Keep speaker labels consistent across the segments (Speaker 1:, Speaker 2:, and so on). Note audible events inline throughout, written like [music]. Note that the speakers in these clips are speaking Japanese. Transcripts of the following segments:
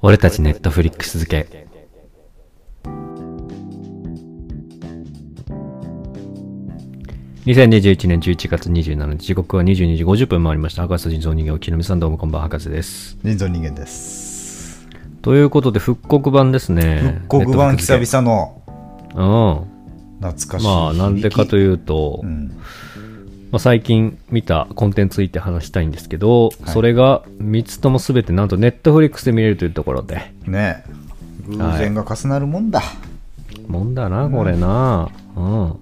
Speaker 1: 俺たちネットフリックス付け2021年11月27日時刻は22時50分回りました博士人造人形木の実さんどうもこんばんは博士です
Speaker 2: 人造人間です
Speaker 1: ということで復刻版ですね
Speaker 2: 復刻版久
Speaker 1: ネッ
Speaker 2: 々の
Speaker 1: トフリックス付けう
Speaker 2: 懐か
Speaker 1: ん
Speaker 2: しい
Speaker 1: まあなんでかと
Speaker 2: う
Speaker 1: いうと、
Speaker 2: ん
Speaker 1: まあ、最近見たコンテンツについて話したいんですけど、
Speaker 2: はい
Speaker 1: それが3つとも全てなんとネットフリックスで見れるというところで
Speaker 2: ね偶然が重なるもんだ、
Speaker 1: もんだなこれなうん、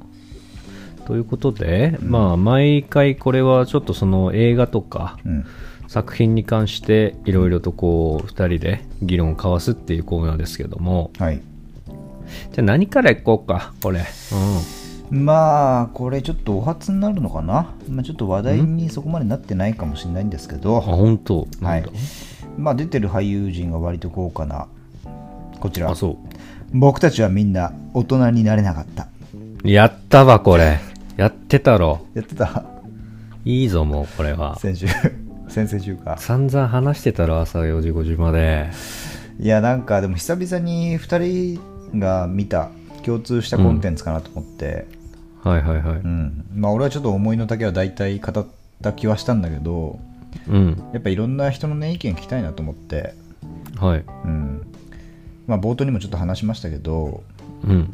Speaker 1: ということで、まあ毎回これはちょっとその映画とか
Speaker 2: うん
Speaker 1: 作品に関していろいろとこう2人で議論を交わすっていうコーナーですけども
Speaker 2: はい
Speaker 1: じゃあ何からいこうかこれ
Speaker 2: まあこれちょっとお初になるのかな、まあ、ちょっと話題にそこまでなってないかもしれないんですけ
Speaker 1: うんあ
Speaker 2: ど、
Speaker 1: 本当
Speaker 2: は
Speaker 1: なん
Speaker 2: い
Speaker 1: だ、
Speaker 2: まあ、出てる俳優陣が割と豪華なこちら
Speaker 1: あそ
Speaker 2: 僕たちはみんな大人になれなかった
Speaker 1: うやったわこれやってたろ
Speaker 2: やってた
Speaker 1: いいぞもうこれは
Speaker 2: 先週先々週か
Speaker 1: 散々話してたら朝4時5時まで
Speaker 2: いやなんかでも久々に2人が見た共通したコンテンツかなと思って、
Speaker 1: はいはいはい
Speaker 2: うんまあ俺はちょっと思いの丈は大体語った気はしたんだけど
Speaker 1: うん
Speaker 2: やっぱいろんな人のね意見聞きたいなと思って、
Speaker 1: はい
Speaker 2: うんまあ、冒頭にもちょっと話しましたけど、
Speaker 1: うん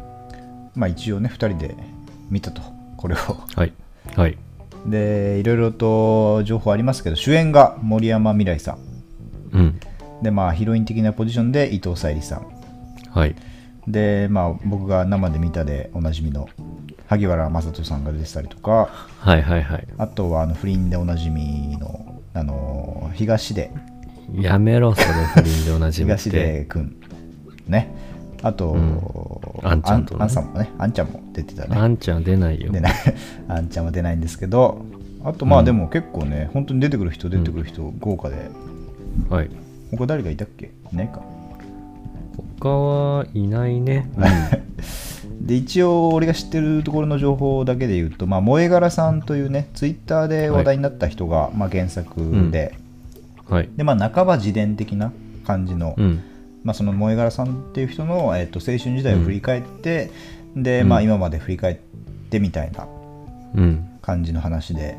Speaker 2: まあ、一応ね2人で見たとこれを
Speaker 1: はいはい
Speaker 2: でいろいろと情報ありますけど主演が森山未來さん
Speaker 1: うん
Speaker 2: でまあヒロイン的なポジションで伊藤沙莉さん
Speaker 1: はい
Speaker 2: で、まあ、僕が生で見たでおなじみの萩原雅人さんが出てたりとか
Speaker 1: はいはいはい
Speaker 2: あとはあの不倫でおなじみのあの東出
Speaker 1: やめろそれ不倫でおなじみっ
Speaker 2: 東
Speaker 1: て
Speaker 2: 出君ねあと、
Speaker 1: んあんちゃんとね
Speaker 2: ああんさんもねあんちゃんも出てたね
Speaker 1: あんちゃん出ないよ
Speaker 2: 出ない [laughs] あんちゃんは出ないんですけどあとまあでも結構ね、本当に出てくる人出てくる人豪華で、
Speaker 1: はい
Speaker 2: 他誰がいたっけいないか
Speaker 1: 他はいないね、
Speaker 2: で一応俺が知ってるところの情報だけで言うと、まあ、萌え柄さんというねツイッターで話題になった人が、まあ、原作で、
Speaker 1: はい
Speaker 2: でまあ、半ば自伝的な感じの、
Speaker 1: うん
Speaker 2: まあ、その萌え柄さんっていう人の、えっと青春時代を振り返って、で、まあ、今まで振り返ってみたいな
Speaker 1: うん
Speaker 2: 感じの話で。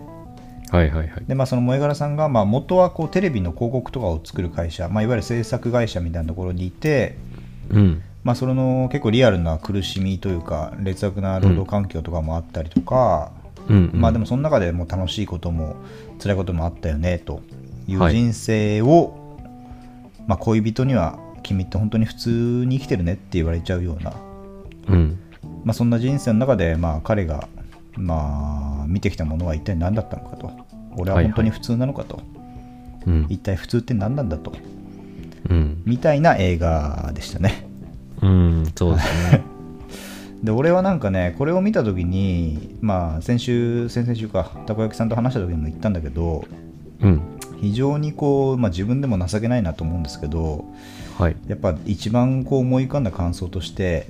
Speaker 1: はいはいはい
Speaker 2: でまあ、その萌え柄さんが、まあ、元はこうテレビの広告とかを作る会社、まあ、いわゆる制作会社みたいなところにいて、
Speaker 1: うん
Speaker 2: まあ、それの結構リアルな苦しみというか劣悪な労働環境とかもあったりとか、
Speaker 1: うん
Speaker 2: まあで
Speaker 1: も
Speaker 2: もその中でも楽しいことも辛いこともあったよねという
Speaker 1: はい
Speaker 2: 人生を、まあ、恋人には君って本当に普通に生きてるねって言われちゃうような、
Speaker 1: うん
Speaker 2: まあ、そんな人生の中で、まあ、彼が、まあ、見てきたものは一体何だったのかと俺は本当に普通なのかと、
Speaker 1: うん
Speaker 2: 一体普通って何なんだと
Speaker 1: うん
Speaker 2: みたいな映画でしたね。
Speaker 1: うんそう
Speaker 2: [laughs]
Speaker 1: ですね
Speaker 2: で俺はなんかねこれを見た時にまあ先週先々週かたこ焼きさんと話した時にも言ったんだけど
Speaker 1: うん
Speaker 2: 非常にこう、まあ、自分でも情けないなと思うんですけど
Speaker 1: はい
Speaker 2: やっぱ一番こう思い浮かんだ感想として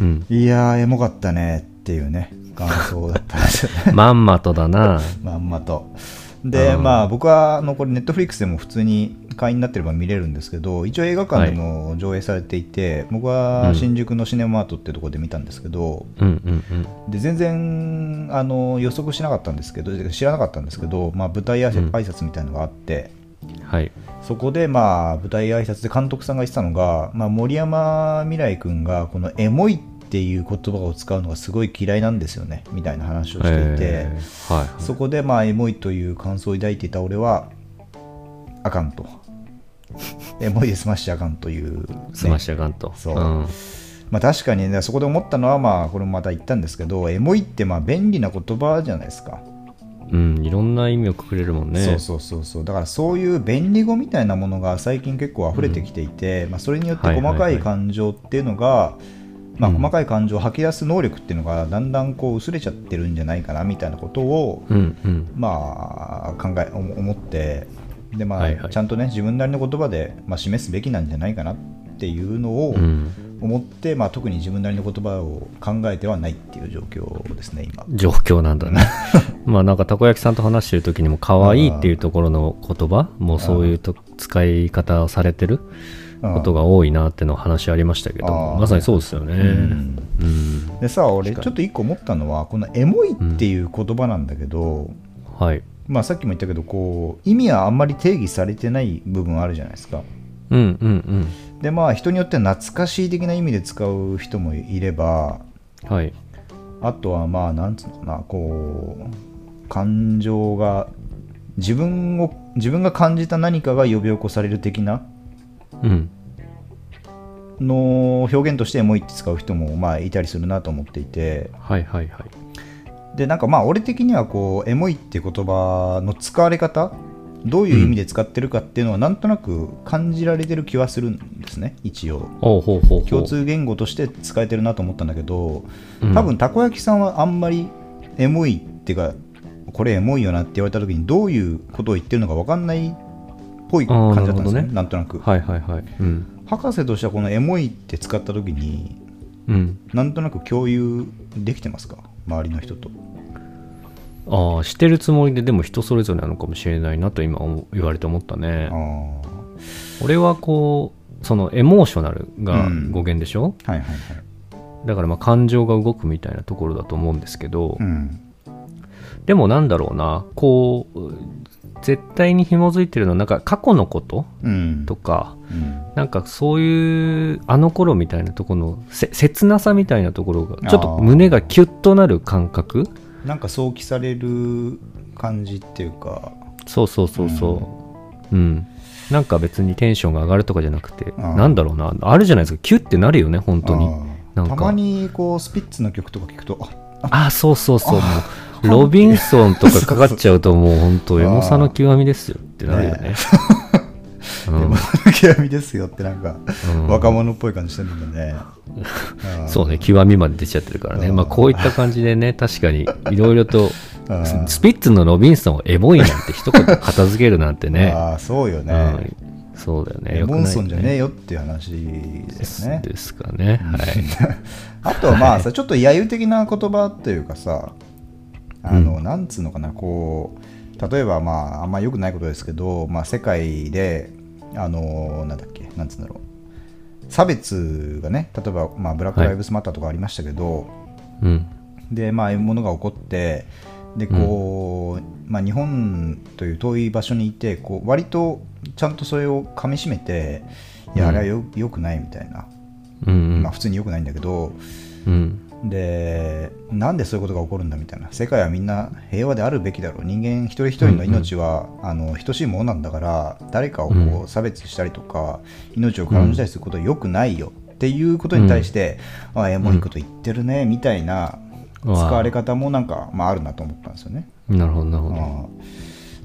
Speaker 1: うん
Speaker 2: いやーエモかったねっていうね感想だったんですよね [laughs]
Speaker 1: まんまとだな
Speaker 2: まんまと。で
Speaker 1: うん
Speaker 2: まあ、僕はあのこれネットフリックスでも普通に会員になってれば見れるんですけど一応映画館でも上映されていて、僕は新宿のシネマアートってとこで見たんですけど、
Speaker 1: うんうんうん
Speaker 2: で全然あの予測しなかったんですけど知らなかったんですけど、まあ、舞台挨拶
Speaker 1: うん
Speaker 2: 挨拶みたいなのがあって、
Speaker 1: はい
Speaker 2: そこで、まあ、舞台挨拶で監督さんが言ってたのが、まあ、森山未来君がこの「エモい」っていう言葉を使うのがすごい嫌いなんですよねみたいな話をしていて、
Speaker 1: えーはいはい
Speaker 2: そこで、まあ「エモい」という感想を抱いていた俺はあか
Speaker 1: [laughs]
Speaker 2: んと「エモい」で済ましちゃあかんという、ね
Speaker 1: スマッシュアカンと
Speaker 2: そうんまあ、確かに、ね、そこで思ったのは、まあ、これもまた言ったんですけどエモいってまあ便利な言葉じゃないですか。
Speaker 1: うん、いろんな意味をくれるもんね。
Speaker 2: そうそうそうそうだからそういう便利語みたいなものが最近結構溢れてきていて、まあ、それによって
Speaker 1: はいはいはい
Speaker 2: 細かい感情っていうのが、まあ、
Speaker 1: うん
Speaker 2: 細かい感情を吐き出す能力っていうのがだんだんこう薄れちゃってるんじゃないかなみたいなことを、
Speaker 1: うんうん。
Speaker 2: まあ、考え思思ってで、まあ
Speaker 1: はいはい
Speaker 2: ちゃんとね自分なりの言葉で、まあ、示すべきなんじゃないかなっっていうのを
Speaker 1: うん
Speaker 2: 思って、まあ、特に自分なりの言葉を考えてはないっていう状況ですね、今。
Speaker 1: 状況なんだね
Speaker 2: [laughs]
Speaker 1: まあなんかたこ焼きさんと話してる時にも可愛いっていうところの言葉もうそういうと使い方をされてる
Speaker 2: うん
Speaker 1: ことが多いなっての話ありましたけど
Speaker 2: あー
Speaker 1: まさにそうですよね
Speaker 2: うん
Speaker 1: うん
Speaker 2: でさ俺ちょっと一個思ったのはこの「エモい」っていう言葉なんだけど、
Speaker 1: はい
Speaker 2: まあ、さっきも言ったけどこう意味はあんまり定義されてない部分あるじゃないですか
Speaker 1: うんうん
Speaker 2: でまあ人によっては懐かしい的な意味で使う人もいれば
Speaker 1: うんはい
Speaker 2: あとはまあなんつうのかなこう感情が自分を自分が感じた何かが呼び起こされる的な
Speaker 1: うん
Speaker 2: の表現としてエモいって使う人もまあいたりするなと思っていて
Speaker 1: はいはいはい
Speaker 2: でなんかまあ俺的にはこうエモいって言葉の使われ方どういう意味で使ってるかっていうのはなんとなく感じられてる気はするんですね一応
Speaker 1: おうほうほうほう
Speaker 2: 共通言語として使えてるなと思ったんだけど
Speaker 1: うん
Speaker 2: 多分たこ焼きさんはあんまりエモいっていうかこれエモいよなって言われた時にどういうことを言ってるのか分かんないっぽい感じだったん
Speaker 1: あーなる
Speaker 2: です
Speaker 1: ほど
Speaker 2: ね
Speaker 1: ね
Speaker 2: なんとなく、
Speaker 1: はいはいはいうん
Speaker 2: 博士としてはこのエモいって使った時に
Speaker 1: うん
Speaker 2: なんとなく共有できてますか周りの人と
Speaker 1: ああしてるつもりででも人それぞれなのかもしれないなと今思言われて思ったね
Speaker 2: ああ
Speaker 1: 俺はこうそのエモーショナルが
Speaker 2: うん
Speaker 1: 語源でしょ、
Speaker 2: はいはいはい。
Speaker 1: だからまあ感情が動くみたいなところだと思うんですけど、
Speaker 2: うん。
Speaker 1: でもなんだろうなこううん絶対に紐づいてるのはなんか過去のこと
Speaker 2: うん。
Speaker 1: とか
Speaker 2: うん
Speaker 1: なんかそういうあの頃みたいなところのせ切なさみたいなところがちょっ
Speaker 2: あ
Speaker 1: と
Speaker 2: ー
Speaker 1: 胸がキュッとなる感覚
Speaker 2: なんか想起される感じっていうか、
Speaker 1: そうそうそうそううん、なんか別にテンションが上がるとかじゃなくて
Speaker 2: あー
Speaker 1: なんだろうなあるじゃないですかキュッてなるよね本当に
Speaker 2: あ
Speaker 1: な
Speaker 2: ー
Speaker 1: ん
Speaker 2: た
Speaker 1: か
Speaker 2: まにこうスピッツの曲とか聞くと、あ
Speaker 1: あ、そうそうそう。もうロビンソンとかかかっちゃうともう本当、エモさの極みですよってなるよね。 [laughs] うん
Speaker 2: でも、極みですよって、なんか、
Speaker 1: うん
Speaker 2: 若者っぽい感じしてるんだね。あ
Speaker 1: [laughs]
Speaker 2: ー
Speaker 1: そうね、極みまで出ちゃってるからね。
Speaker 2: うん
Speaker 1: まあこういった感じでね、確かにいろいろと、
Speaker 2: うん
Speaker 1: ススピッツのロビンソンをエモいなんて一言片付けるなんてね。
Speaker 2: [laughs] ああ、そうよ
Speaker 1: う
Speaker 2: ね。
Speaker 1: んそうだよね。
Speaker 2: レ
Speaker 1: よく
Speaker 2: モ
Speaker 1: ないよ
Speaker 2: ン
Speaker 1: ね
Speaker 2: ソンじゃねえよっていう話ですね。
Speaker 1: ですかね。はい。
Speaker 2: [laughs] あとはまあさ、ちょっと揶揄的な言葉というかさ、あの、なんつうのかな、こう、例えばまあ、あんま良くないことですけど、まあ、世界で、あの、なんだっけ、なんつうんだろう、差別がね、例えば、まあ、ブラック・
Speaker 1: はい
Speaker 2: ライブスマターとかありましたけど、
Speaker 1: うん。
Speaker 2: で、まあ、ああいうものが起こって、で、こう、まあ、日本という遠い場所にいて、こう、割とちゃんとそれをかみしめて、いや、あれはよ良くないみたいな、
Speaker 1: うんうん
Speaker 2: まあ、普通に良くないんだけど、
Speaker 1: うん。
Speaker 2: でなんでそういうことが起こるんだみたいな世界はみんな平和であるべきだろう人間一人一人の命は、あの等しいものなんだから誰かをこ
Speaker 1: う
Speaker 2: う差別したりとか、命を軽んじたりすることは良くないよっていうことに対して、あエモいこと言ってるねみたいな使
Speaker 1: うん
Speaker 2: われ方もなんか、まあ、あるなと思ったんですよね。
Speaker 1: なるほど、なるほ
Speaker 2: あ
Speaker 1: ど。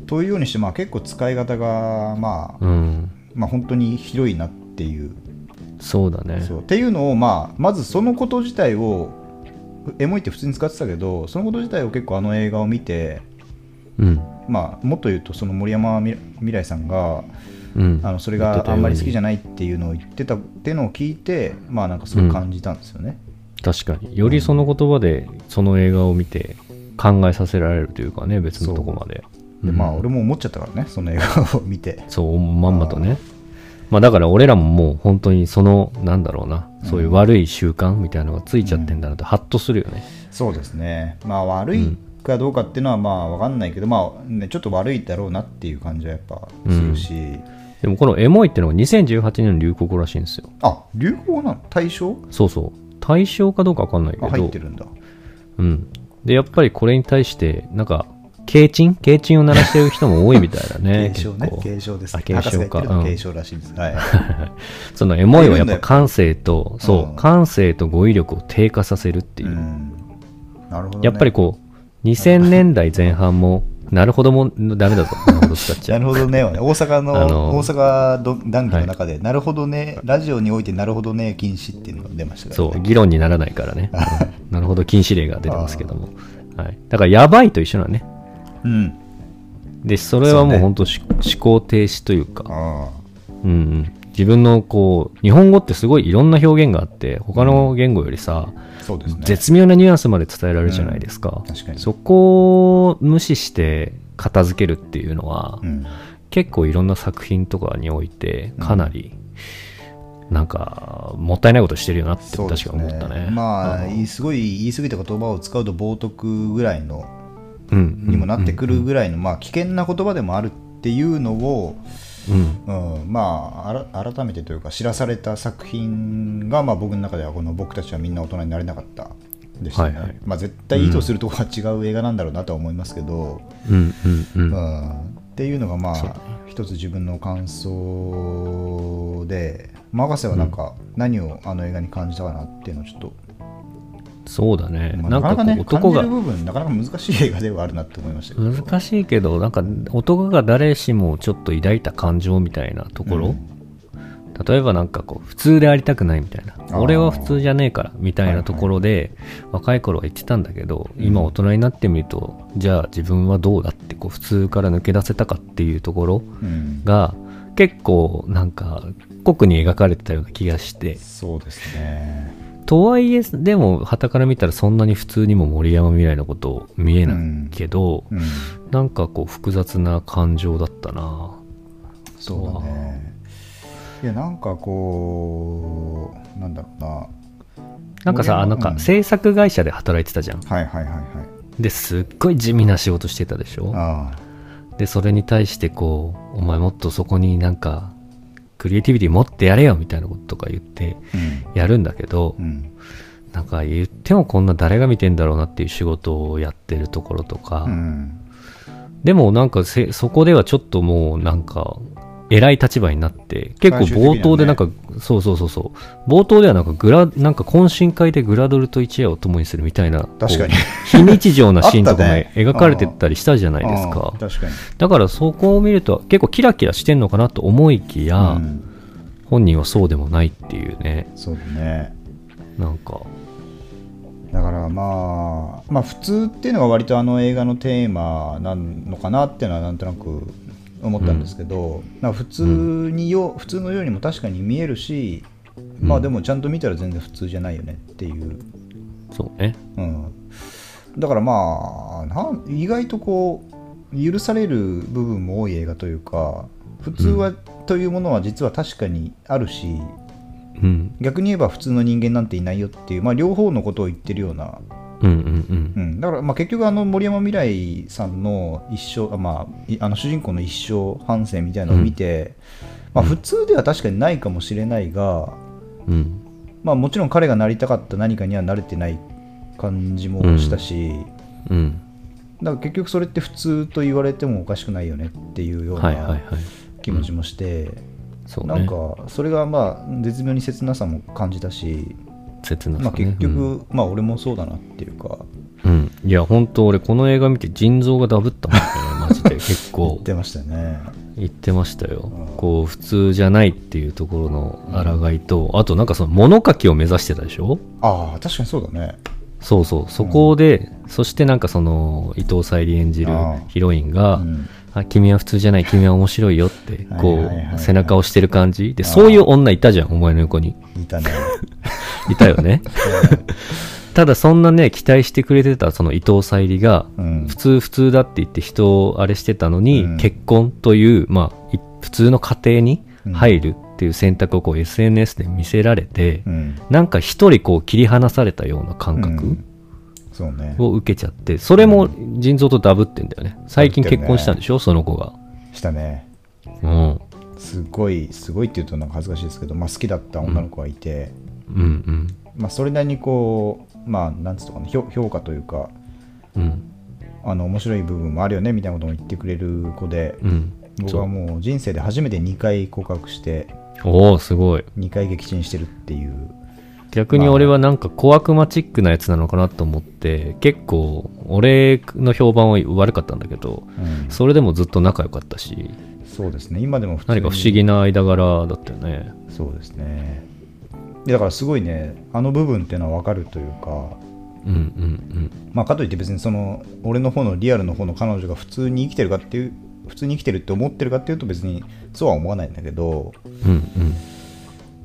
Speaker 2: ーというようにして、まあ、結構使い方が、まあ
Speaker 1: うん。
Speaker 2: まあ、本当に広いなっていう
Speaker 1: そうだね。
Speaker 2: そうっていうのを、まあ、まずそのこと自体をエモいって普通に使ってたけどそのこと自体を結構あの映画を見て、
Speaker 1: うん。
Speaker 2: まあ、もっと言うとその森山み未来さんが
Speaker 1: うん。
Speaker 2: あのそれ
Speaker 1: 言って
Speaker 2: が
Speaker 1: たよ
Speaker 2: あ
Speaker 1: うんに
Speaker 2: まり好きじゃないっていうのを言ってたっていうのを聞いてまあなんかすごい感じたんですよね。
Speaker 1: 確かによりその言葉でその映画を見て考えさせられるというかね別のとこまで
Speaker 2: でまあ
Speaker 1: うん
Speaker 2: 俺も思っちゃったからねその映画を見て。
Speaker 1: そうまんまとねまあだから俺らももう本当にそのなんだろうなそういう悪い習慣みたいなのがついちゃってんだなってハッとするよね
Speaker 2: そうですね、まあ、悪いかどうかっていうのはまあ分かんないけど、まあね、ちょっと悪いだろうなっていう感じはやっぱするし、
Speaker 1: でもこのエモいってのが2018年の流行語らしいんですよ
Speaker 2: あ流行なの対象
Speaker 1: そうそう対象かどうかわかんないけ
Speaker 2: あ
Speaker 1: ど
Speaker 2: 入ってるんだ。
Speaker 1: うんでやっぱりこれに対してなんか軽鎮軽鎮を鳴らしてる人も多いみたいだね
Speaker 2: [laughs] 継承ね
Speaker 1: 結構。
Speaker 2: 継承です。
Speaker 1: あ継承か
Speaker 2: 博士が言ってるのは
Speaker 1: うん
Speaker 2: 継承らしいです。はい。
Speaker 1: そのエモいはやっぱ感性と、
Speaker 2: だよ
Speaker 1: そうう、
Speaker 2: ん
Speaker 1: 感性と語彙力を低下させるっていうう。
Speaker 2: んなるほど、ね。
Speaker 1: やっぱりこう、2000年代前半も、なるほども、ダメだぞ。
Speaker 2: [laughs]
Speaker 1: なるほど使っちゃ
Speaker 2: な
Speaker 1: う。
Speaker 2: るほどねはね。大阪
Speaker 1: [laughs]
Speaker 2: の、
Speaker 1: あの
Speaker 2: 大阪ど談義の中で、なるほどね、ラジオにおいてなるほどね禁止っていうのが出ましたから
Speaker 1: そ
Speaker 2: ね。
Speaker 1: う、議論にならないから
Speaker 2: [laughs]
Speaker 1: ね。うんなるほど、禁止令が出てますけども。はい。だから、やばいと一緒なね。
Speaker 2: う。うん。
Speaker 1: で、それは
Speaker 2: そう
Speaker 1: もう
Speaker 2: ね
Speaker 1: 本当、思考停止というか、
Speaker 2: ああ。
Speaker 1: うんうん。自分のこう、日本語ってすごいいろんな表現があって、他の言語よりさ、
Speaker 2: そうですね
Speaker 1: 絶妙なニュアンスまで伝えられるじゃないですか。
Speaker 2: 確かに
Speaker 1: そこを無視して片付けるっていうのは、
Speaker 2: うん
Speaker 1: 結構いろんな作品とかにおいて、かなり、なんか、もったいないことしてるよなって
Speaker 2: そう
Speaker 1: 確
Speaker 2: で
Speaker 1: か思
Speaker 2: す
Speaker 1: ったね。
Speaker 2: まあ
Speaker 1: うん
Speaker 2: いすごい言い過ぎた言葉を使うと冒涜ぐらいの
Speaker 1: うん
Speaker 2: にもなってくるぐらいの、まあ、危険な言葉でもあるっていうのを、
Speaker 1: うん
Speaker 2: うんまあ、あら改めてというか知らされた作品が、まあ、僕の中ではこの僕たちはみんな大人になれなかったでしたね、
Speaker 1: はいはい
Speaker 2: まあ、絶対意図するところは違う映画なんだろうなとは思いますけど、
Speaker 1: うんうん
Speaker 2: う
Speaker 1: うん
Speaker 2: んっていうのがまあ一つ自分の感想で、まあ、博士はなんか何をあの映画に感じたかなっていうのをちょっと、
Speaker 1: そうだね。
Speaker 2: まあ
Speaker 1: なんかこう
Speaker 2: ね
Speaker 1: 男
Speaker 2: 感
Speaker 1: が
Speaker 2: じる部分なかなか難しい映画ではあるなって思いましたけど
Speaker 1: 難しいけど、なんか男が誰しもちょっと抱いた感情みたいなところ、例えばなんかこう、普通でありたくないみたいな、
Speaker 2: ー
Speaker 1: 俺は普通じゃねえからみたいなところで、若い頃は言ってたんだけど、今大人になってみると、じゃあ自分はどうだって、こう、普通から抜け出せたかっていうところ
Speaker 2: うん、
Speaker 1: が、結構なんか、濃くに描かれてたような気がして、
Speaker 2: そうですね
Speaker 1: とはいえ、でも、傍から見たらそんなに普通にも森山未来のこと見えないけど、
Speaker 2: うん
Speaker 1: なんかこう複雑な感情だったな
Speaker 2: そうだねいやなんかこうなんだろうな
Speaker 1: なんかさ、
Speaker 2: 森山
Speaker 1: なん
Speaker 2: う
Speaker 1: か
Speaker 2: ん
Speaker 1: 制作会社で働いてたじゃん
Speaker 2: はいはいはいはい
Speaker 1: ですっごい地味な仕事してたでしょ
Speaker 2: あ
Speaker 1: でそれに対してこうお前もっとそこになんかクリエイティビティ持ってやれよみたいなこととか言って
Speaker 2: あうん
Speaker 1: やるんだけど、
Speaker 2: うん
Speaker 1: なんか言ってもこんな誰が見てんだろうなっていう仕事をやってるところとか、
Speaker 2: うん
Speaker 1: でもなんかせそこではちょっともうなんか偉い立場になって結構冒頭でなんか、そうそうそうそう冒頭ではなんかグラなんか懇親会でグラドルと一夜を共にするみたいな
Speaker 2: 確かに
Speaker 1: こう非日常なシーンとかも
Speaker 2: [laughs] あったね
Speaker 1: 描かれてたりしたじゃないですか
Speaker 2: ああ確かに
Speaker 1: だからそこを見ると結構キラキラしてんのかなと思いきや、
Speaker 2: うん
Speaker 1: 本人はそうでもないっていうね
Speaker 2: そうだね
Speaker 1: なんか
Speaker 2: だからまあまあ普通っていうのが割とあの映画のテーマなのかなっていうのはなんとなく思ったんですけど、まあ普通によ普通のようにも確かに見えるし、まあでもちゃんと見たら全然普通じゃないよねっていう
Speaker 1: そうね
Speaker 2: うん、だからまあなん意外とこう許される部分も多い映画というか普通は、というものは実は確かにあるし
Speaker 1: うん
Speaker 2: 逆に言えば普通の人間なんていないよっていう、まあ、両方のことを言ってるような、
Speaker 1: うんうん
Speaker 2: うん、だからまあ結局あの森山未來さんの一生あ、まあ、いあの主人公の一生反省みたいなのを見て、まあ、普通では確かにないかもしれないが、
Speaker 1: うんうん
Speaker 2: まあ、もちろん彼がなりたかった何かには慣れてない感じもしたし。
Speaker 1: うん
Speaker 2: だから結局それって普通と言われてもおかしくないよねっていうよう
Speaker 1: はいはいはい
Speaker 2: な気持ちもして、
Speaker 1: そう
Speaker 2: なん
Speaker 1: ね
Speaker 2: かそれがまあ絶妙に切なさも感じたし、
Speaker 1: 切な
Speaker 2: ま
Speaker 1: さ
Speaker 2: あ、
Speaker 1: ね
Speaker 2: 結局、まあ俺もそうだなっていうか
Speaker 1: うん、いや本当俺この映画見て腎臓がダブったもんねマ
Speaker 2: [laughs]
Speaker 1: ジで結構
Speaker 2: 出ましたよね
Speaker 1: 言ってましたよこう普通じゃないっていうところの抗いとあとなんかその物書きを目指してたでしょ
Speaker 2: ああ確かにそうだね
Speaker 1: そうそうそこで、そしてなんかその伊藤沙莉演じる
Speaker 2: あ
Speaker 1: ヒロインが、
Speaker 2: うん
Speaker 1: あ君は普通じゃない君は面白いよってこ
Speaker 2: はいはいはいは
Speaker 1: う
Speaker 2: い
Speaker 1: 背中を押してる感じでそういう女いたじゃんお前の横に
Speaker 2: い
Speaker 1: [laughs]
Speaker 2: たね
Speaker 1: いたよ
Speaker 2: [laughs]
Speaker 1: ねただそんなね期待してくれてたその伊藤沙莉が
Speaker 2: うん
Speaker 1: 普通普通だって言って人をあれしてたのに、
Speaker 2: うん
Speaker 1: 結婚という、まあ、い普通の家庭に入るっていう選択をこう SNS で見せられて、
Speaker 2: うん
Speaker 1: なんか一人こう切り離されたような感
Speaker 2: う
Speaker 1: 覚
Speaker 2: んそうね
Speaker 1: を受けちゃってそれも腎臓とダブってんだよね最近結婚したんでしょ、その子が
Speaker 2: したね
Speaker 1: うん
Speaker 2: すごいすごいっていうとなんか恥ずかしいですけど、まあ、好きだった女の子がいて、
Speaker 1: うん
Speaker 2: まあ、それなりにこうまあなんつうのかな評評価というか
Speaker 1: うんうん
Speaker 2: あの面白い部分もあるよねみたいなことも言ってくれる子で、
Speaker 1: うん
Speaker 2: 僕
Speaker 1: そ
Speaker 2: は
Speaker 1: う
Speaker 2: もう人生で初めて2回告白して
Speaker 1: おおすごい
Speaker 2: 2回撃沈してるっていう
Speaker 1: 逆に俺はなんか小悪魔チックなやつなのかなと思って結構俺の評判は悪かったんだけど
Speaker 2: うん
Speaker 1: それでもずっと仲良かったし
Speaker 2: そうですね今でも普通に
Speaker 1: 何か不思議な間柄だったよね。
Speaker 2: そうですねでだからすごいねあの部分っていうのは分かるというか
Speaker 1: うんうん
Speaker 2: まあかといって別にその俺の方のリアルの方の彼女が普通に生きてるかっていう普通に生きてるって思ってるかっていうと別にそうは思わないんだけど、
Speaker 1: うん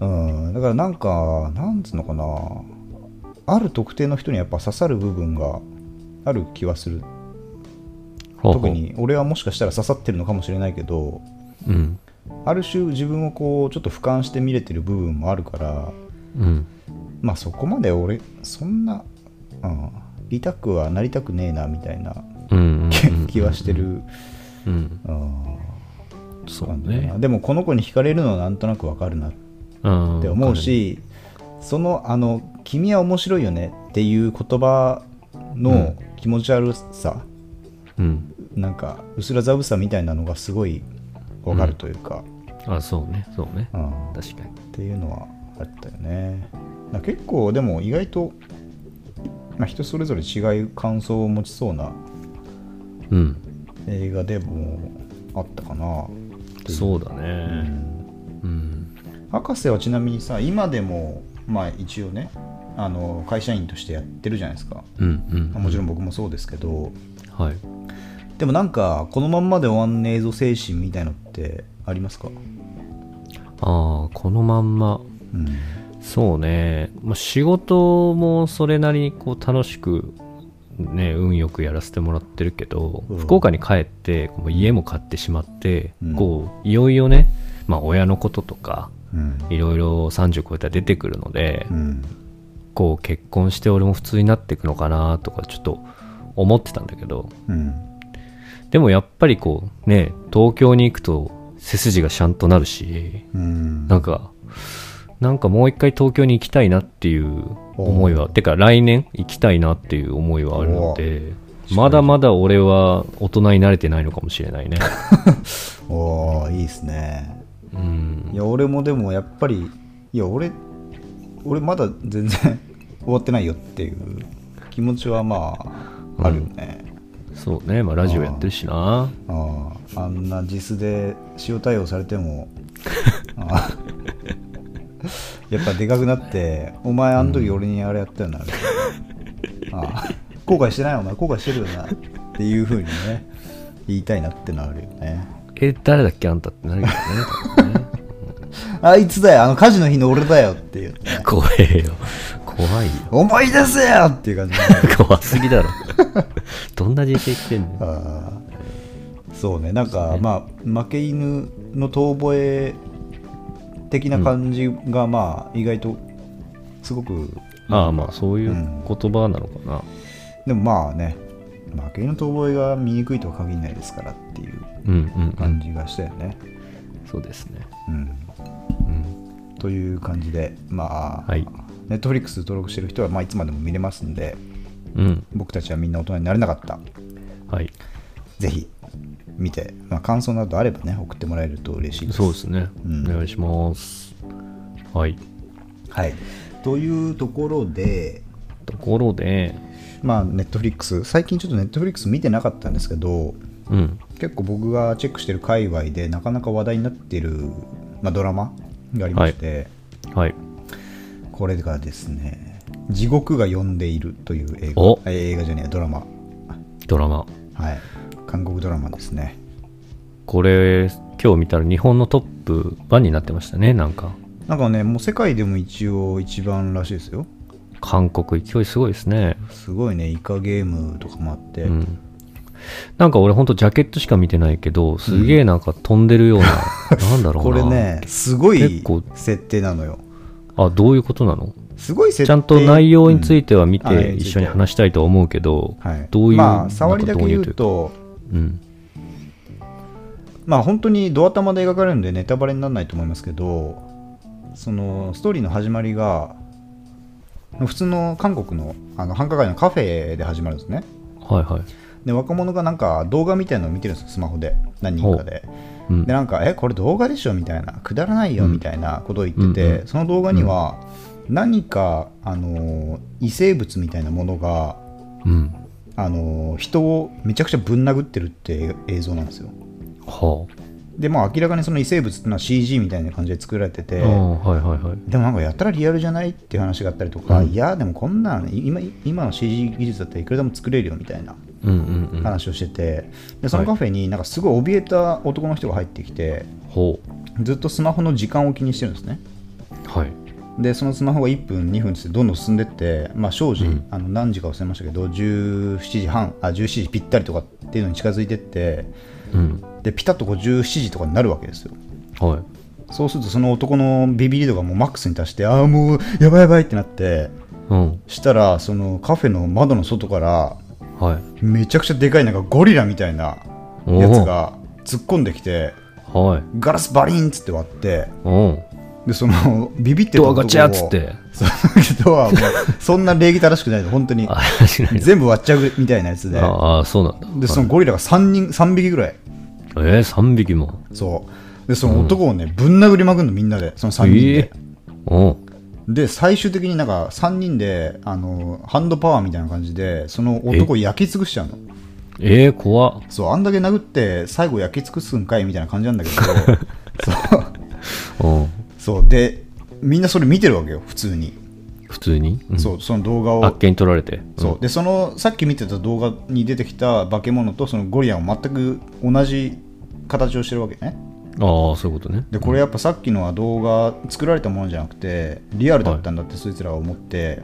Speaker 1: うん
Speaker 2: うん、だからなんかなんつうのかなある特定の人にやっぱ刺さる部分がある気はする
Speaker 1: ほうほう
Speaker 2: 特に俺はもしかしたら刺さってるのかもしれないけど
Speaker 1: うん
Speaker 2: ある種自分をこうちょっと俯瞰して見れてる部分もあるから
Speaker 1: うん
Speaker 2: まあそこまで俺そんな、うん、痛くはなりたくねえなみたいな
Speaker 1: うんうんうん
Speaker 2: 気はしてる、
Speaker 1: うん
Speaker 2: うん
Speaker 1: そう
Speaker 2: 感じだな
Speaker 1: ね
Speaker 2: でもこの子に惹かれるのはなんとなくわかるなっ
Speaker 1: うん
Speaker 2: て思うし、そのあの「君は面白いよね」っていう言葉の気持ち悪さ、
Speaker 1: うん
Speaker 2: なんか薄らざぶさみたいなのがすごいわかるというか、
Speaker 1: あそうねそうね
Speaker 2: うんっ
Speaker 1: 確かに
Speaker 2: ていうのはあったよねだから結構でも意外と、まあ、人それぞれ違う感想を持ちそうな
Speaker 1: うん
Speaker 2: 映画でもあったかな
Speaker 1: そうだねうん
Speaker 2: 博士はちなみにさ今でもまあ一応ねあの会社員としてやってるじゃないですか
Speaker 1: うんう
Speaker 2: まあ
Speaker 1: ん
Speaker 2: もちろん僕もそうですけど
Speaker 1: はい
Speaker 2: でもなんかこのまんまで終わんねえぞ精神みたいのってありますか
Speaker 1: ああこのまんま
Speaker 2: うん
Speaker 1: そうね、まあ、仕事もそれなりにこう楽しく、ね、運よくやらせてもらってるけど、
Speaker 2: うん
Speaker 1: 福岡に帰ってこう家も買ってしまって、
Speaker 2: うん
Speaker 1: こういよいよね、まあ、親のこととか
Speaker 2: うん
Speaker 1: いろいろ30超えたら出てくるので、
Speaker 2: うん
Speaker 1: こう結婚して俺も普通になっていくのかなとかちょっと思ってたんだけど
Speaker 2: うん
Speaker 1: でもやっぱりこうね東京に行くと背筋がシャンとなるし
Speaker 2: うん
Speaker 1: なんか、なんかもう一回東京に行きたいなっていう思いは、てか来年行きたいなっていう思いはあるので、
Speaker 2: お
Speaker 1: まだまだ俺は大人になれてないのかもしれ [laughs] ないね。
Speaker 2: おーいいっすね
Speaker 1: うん
Speaker 2: い。や俺もでもやっぱりいや俺俺まだ全然終わってないよっていう気持ちはまああるよね、
Speaker 1: そうね、まあラジオやってるしな。
Speaker 2: あああんな実で塩対応されてもああやっぱでかくなってお前あの時俺にあれやったよな、みたいなああ後悔してないお前後悔してるよなっていうふうにね言いたいなってのはあるよね
Speaker 1: え、誰だっけあんたってなるよね。 [laughs] 多分ね
Speaker 2: あいつだよあの火事の日の俺だよっていうね
Speaker 1: 怖えよ。怖いよ。
Speaker 2: 思い出せよっていう感じになる
Speaker 1: 怖すぎ [laughs] だろ。どんな人生生きてんの
Speaker 2: あーそうねなんか、まあ負け犬の遠吠え的な感じが、まあ意外とすごく
Speaker 1: ああ、まあそういう言葉なのかな。
Speaker 2: でもまあね負け犬の遠吠えが見にくいとは限らないですからっていう
Speaker 1: うんうんうん。
Speaker 2: 感じがしたよね、
Speaker 1: そうですね。
Speaker 2: うん
Speaker 1: うん。
Speaker 2: という感じでまあ、
Speaker 1: はい
Speaker 2: Netflix 登録してる人は、まあ、いつまでも見れますんで
Speaker 1: うん。
Speaker 2: 僕たちはみんな大人になれなかった
Speaker 1: はい。
Speaker 2: ぜひ見て、まあ、感想などあればね送ってもらえると嬉しいです
Speaker 1: そうですね。
Speaker 2: うん
Speaker 1: お願いします。はい。
Speaker 2: はい、というところで、
Speaker 1: ところで、
Speaker 2: まあ、ネットフリックス、最近ちょっとネットフリックス見てなかったんですけど、
Speaker 1: うん。
Speaker 2: 結構僕がチェックしてる界隈で、なかなか話題になっている、まあ、ドラマがありまして、
Speaker 1: はい。
Speaker 2: これがですね、地獄が呼んでいるという映
Speaker 1: お
Speaker 2: 画、え映画じゃねえや、ドラマ、
Speaker 1: ドラマ。
Speaker 2: はい、韓国ドラマですね。
Speaker 1: これ、今日見たら日本のトップ1になってましたね、なんか。
Speaker 2: なんかね、もう世界でも一応一番らしいですよ。
Speaker 1: 韓国勢いすごいですね。
Speaker 2: すごいね、イカゲームとかもあって、
Speaker 1: うん。なんか俺ほんとジャケットしか見てないけど、すげえなんか飛んでるような、なんだろうな。
Speaker 2: [laughs] これね、すごい
Speaker 1: 結構
Speaker 2: 設定なのよ。
Speaker 1: あ、どういうことなの
Speaker 2: すごい設定
Speaker 1: ちゃんと内容については見
Speaker 2: うんあ内
Speaker 1: て
Speaker 2: 容について
Speaker 1: 一緒に話したいとは思うけど、
Speaker 2: はい、
Speaker 1: どういう
Speaker 2: まあ触りだけ言
Speaker 1: なんかどういう
Speaker 2: うと
Speaker 1: うん。
Speaker 2: まあ本当にドア玉で描かれるんでネタバレにならないと思いますけどそのストーリーの始まりが普通の韓国のあの繁華街のカフェで始まるんですね
Speaker 1: はいはい。
Speaker 2: で若者がなんか動画みたいなのを見てるんですよスマホで何人かで
Speaker 1: うん
Speaker 2: で。なんかえこれ動画でしょみたいなくだらないよみたいなことを言ってて、
Speaker 1: うんうん
Speaker 2: その動画には何か、あの異生物みたいなものが
Speaker 1: うん。
Speaker 2: あの人をめちゃくちゃぶん殴ってるって映像なんですよ
Speaker 1: は
Speaker 2: でまあ明らかにその異生物っていうのは CG みたいな感じで作られてて、
Speaker 1: うんはいはいはい
Speaker 2: でもなんかやったらリアルじゃないっていう話があったりとか、
Speaker 1: うん
Speaker 2: いやでもこんなん今今の CG 技術だったらいくらでも作れるよみたいな
Speaker 1: うんうんうん
Speaker 2: 話をしてて、でそのカフェになんかすごい怯えた男の人が入ってきて
Speaker 1: ほ
Speaker 2: ずっとスマホの時間を気にしてるんですね
Speaker 1: うはい
Speaker 2: でそのスマホが1分2分ってどんどん進んでって、まあ、正直、あの何時か忘れましたけど17時半あ17時ぴったりとかっていうのに近づいてって
Speaker 1: うん
Speaker 2: でピタッとこう17時とかになるわけですよ
Speaker 1: はい
Speaker 2: そうするとその男のビビり度がもうマックスに達してああもうやばいやばいってなって
Speaker 1: うん
Speaker 2: したらそのカフェの窓の外から
Speaker 1: はい
Speaker 2: めちゃくちゃでかいなんかゴリラみたいな
Speaker 1: おお
Speaker 2: やつが突っ込んできて
Speaker 1: はい
Speaker 2: ガラスバリンっつって割って
Speaker 1: うん
Speaker 2: でそのビビってた
Speaker 1: ドア
Speaker 2: 男を
Speaker 1: ガチャっつって
Speaker 2: そのドアはもうそんな礼儀正しくないで本当に
Speaker 1: あしない
Speaker 2: 全部割っちゃうみたいなやつで
Speaker 1: ああそうなん
Speaker 2: で
Speaker 1: だ
Speaker 2: そのゴリラが3人3匹ぐらい
Speaker 1: えー、3匹も
Speaker 2: そうでその男をねぶん殴りまくるのみんなでその3人で、
Speaker 1: うん
Speaker 2: で最終的になんか3人であのハンドパワーみたいな感じでその男を焼き尽くしちゃうの
Speaker 1: えー、怖っ
Speaker 2: そうあんだけ殴って最後焼き尽くすんかいみたいな感じなんだけ
Speaker 1: [laughs]
Speaker 2: どそう
Speaker 1: うん
Speaker 2: そうでみんなそれ見てるわけよ普通に、
Speaker 1: 普通に、うん、
Speaker 2: そうその動画
Speaker 1: あっ
Speaker 2: を
Speaker 1: けに取られて
Speaker 2: そうでそのさっき見てた動画に出てきた化け物とそのゴリラも全く同じ形をしてるわけね
Speaker 1: ああそういうことね
Speaker 2: でこれやっぱさっきのは動画作られたものじゃなくてリアルだったんだってそいつらは思って、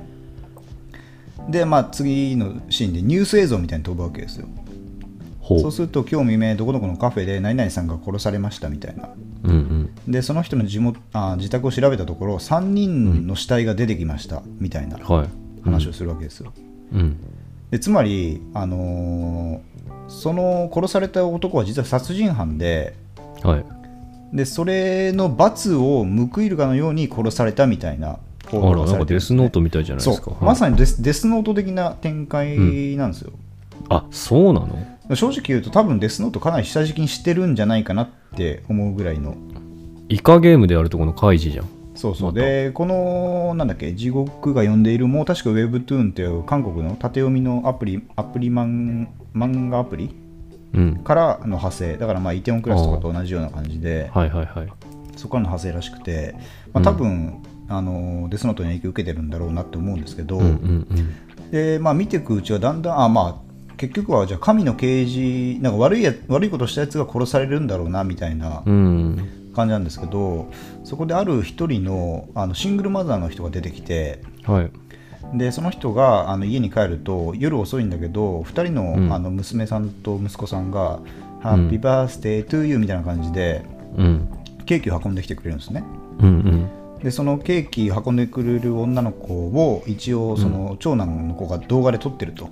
Speaker 2: でまあ次のシーンでニュース映像みたいに飛ぶわけですよ
Speaker 1: ほう
Speaker 2: そうすると今日未明どこどこのカフェで何々さんが殺されましたみたいな
Speaker 1: うんうん
Speaker 2: でその人の地元あ自宅を調べたところ3人の死体が出てきましたみたいな
Speaker 1: はい
Speaker 2: 話をするわけですよ、
Speaker 1: うん
Speaker 2: でつまり、あのーその殺された男は実は殺人犯で
Speaker 1: はい
Speaker 2: でそれの罰を報いるかのように殺されたみたいな
Speaker 1: あ
Speaker 2: 報道
Speaker 1: ら
Speaker 2: が
Speaker 1: な
Speaker 2: さ
Speaker 1: んか
Speaker 2: れてる
Speaker 1: デスノートみたいじゃないですか
Speaker 2: そう、
Speaker 1: はい
Speaker 2: まさにデスデスノート的な展開なんですよ、
Speaker 1: あそうなの
Speaker 2: 正直言うと多分デスノートかなり下敷きにしてるんじゃないかなって思うぐらいの
Speaker 1: イカゲームであるとこのカイジじゃん
Speaker 2: そうそう
Speaker 1: また
Speaker 2: でこのなんだっけ地獄が呼んでいるも確か Webtoon っていう韓国の縦読みのアプリアプリマン漫画アプリ
Speaker 1: うん
Speaker 2: からの派生だからまあイテオンクラスとかと同じような感じで
Speaker 1: はいはいはい
Speaker 2: そこからの派生らしくて、まあ、多分、あのデスノートに影響受けてるんだろうなって思うんですけど、
Speaker 1: うんうん
Speaker 2: でまあ、見ていくうちはだんだんあ、まあ、結局はじゃあ神の啓示なんか悪いや悪いことしたやつが殺されるんだろうなみたいな
Speaker 1: うんうん
Speaker 2: 感じなんですけどそこである一人のあのシングルマザーの人が出てきて
Speaker 1: はい
Speaker 2: でその人があの家に帰ると夜遅いんだけど2人の,、
Speaker 1: うん
Speaker 2: あの娘さんと息子さんが「ハッピーバースデートゥーユー」みたいな感じで
Speaker 1: うん
Speaker 2: ケーキを運んできてくれるんですね。
Speaker 1: うん
Speaker 2: でそのケーキ運んでくれる女の子を一応その長男の子が動画で撮ってると、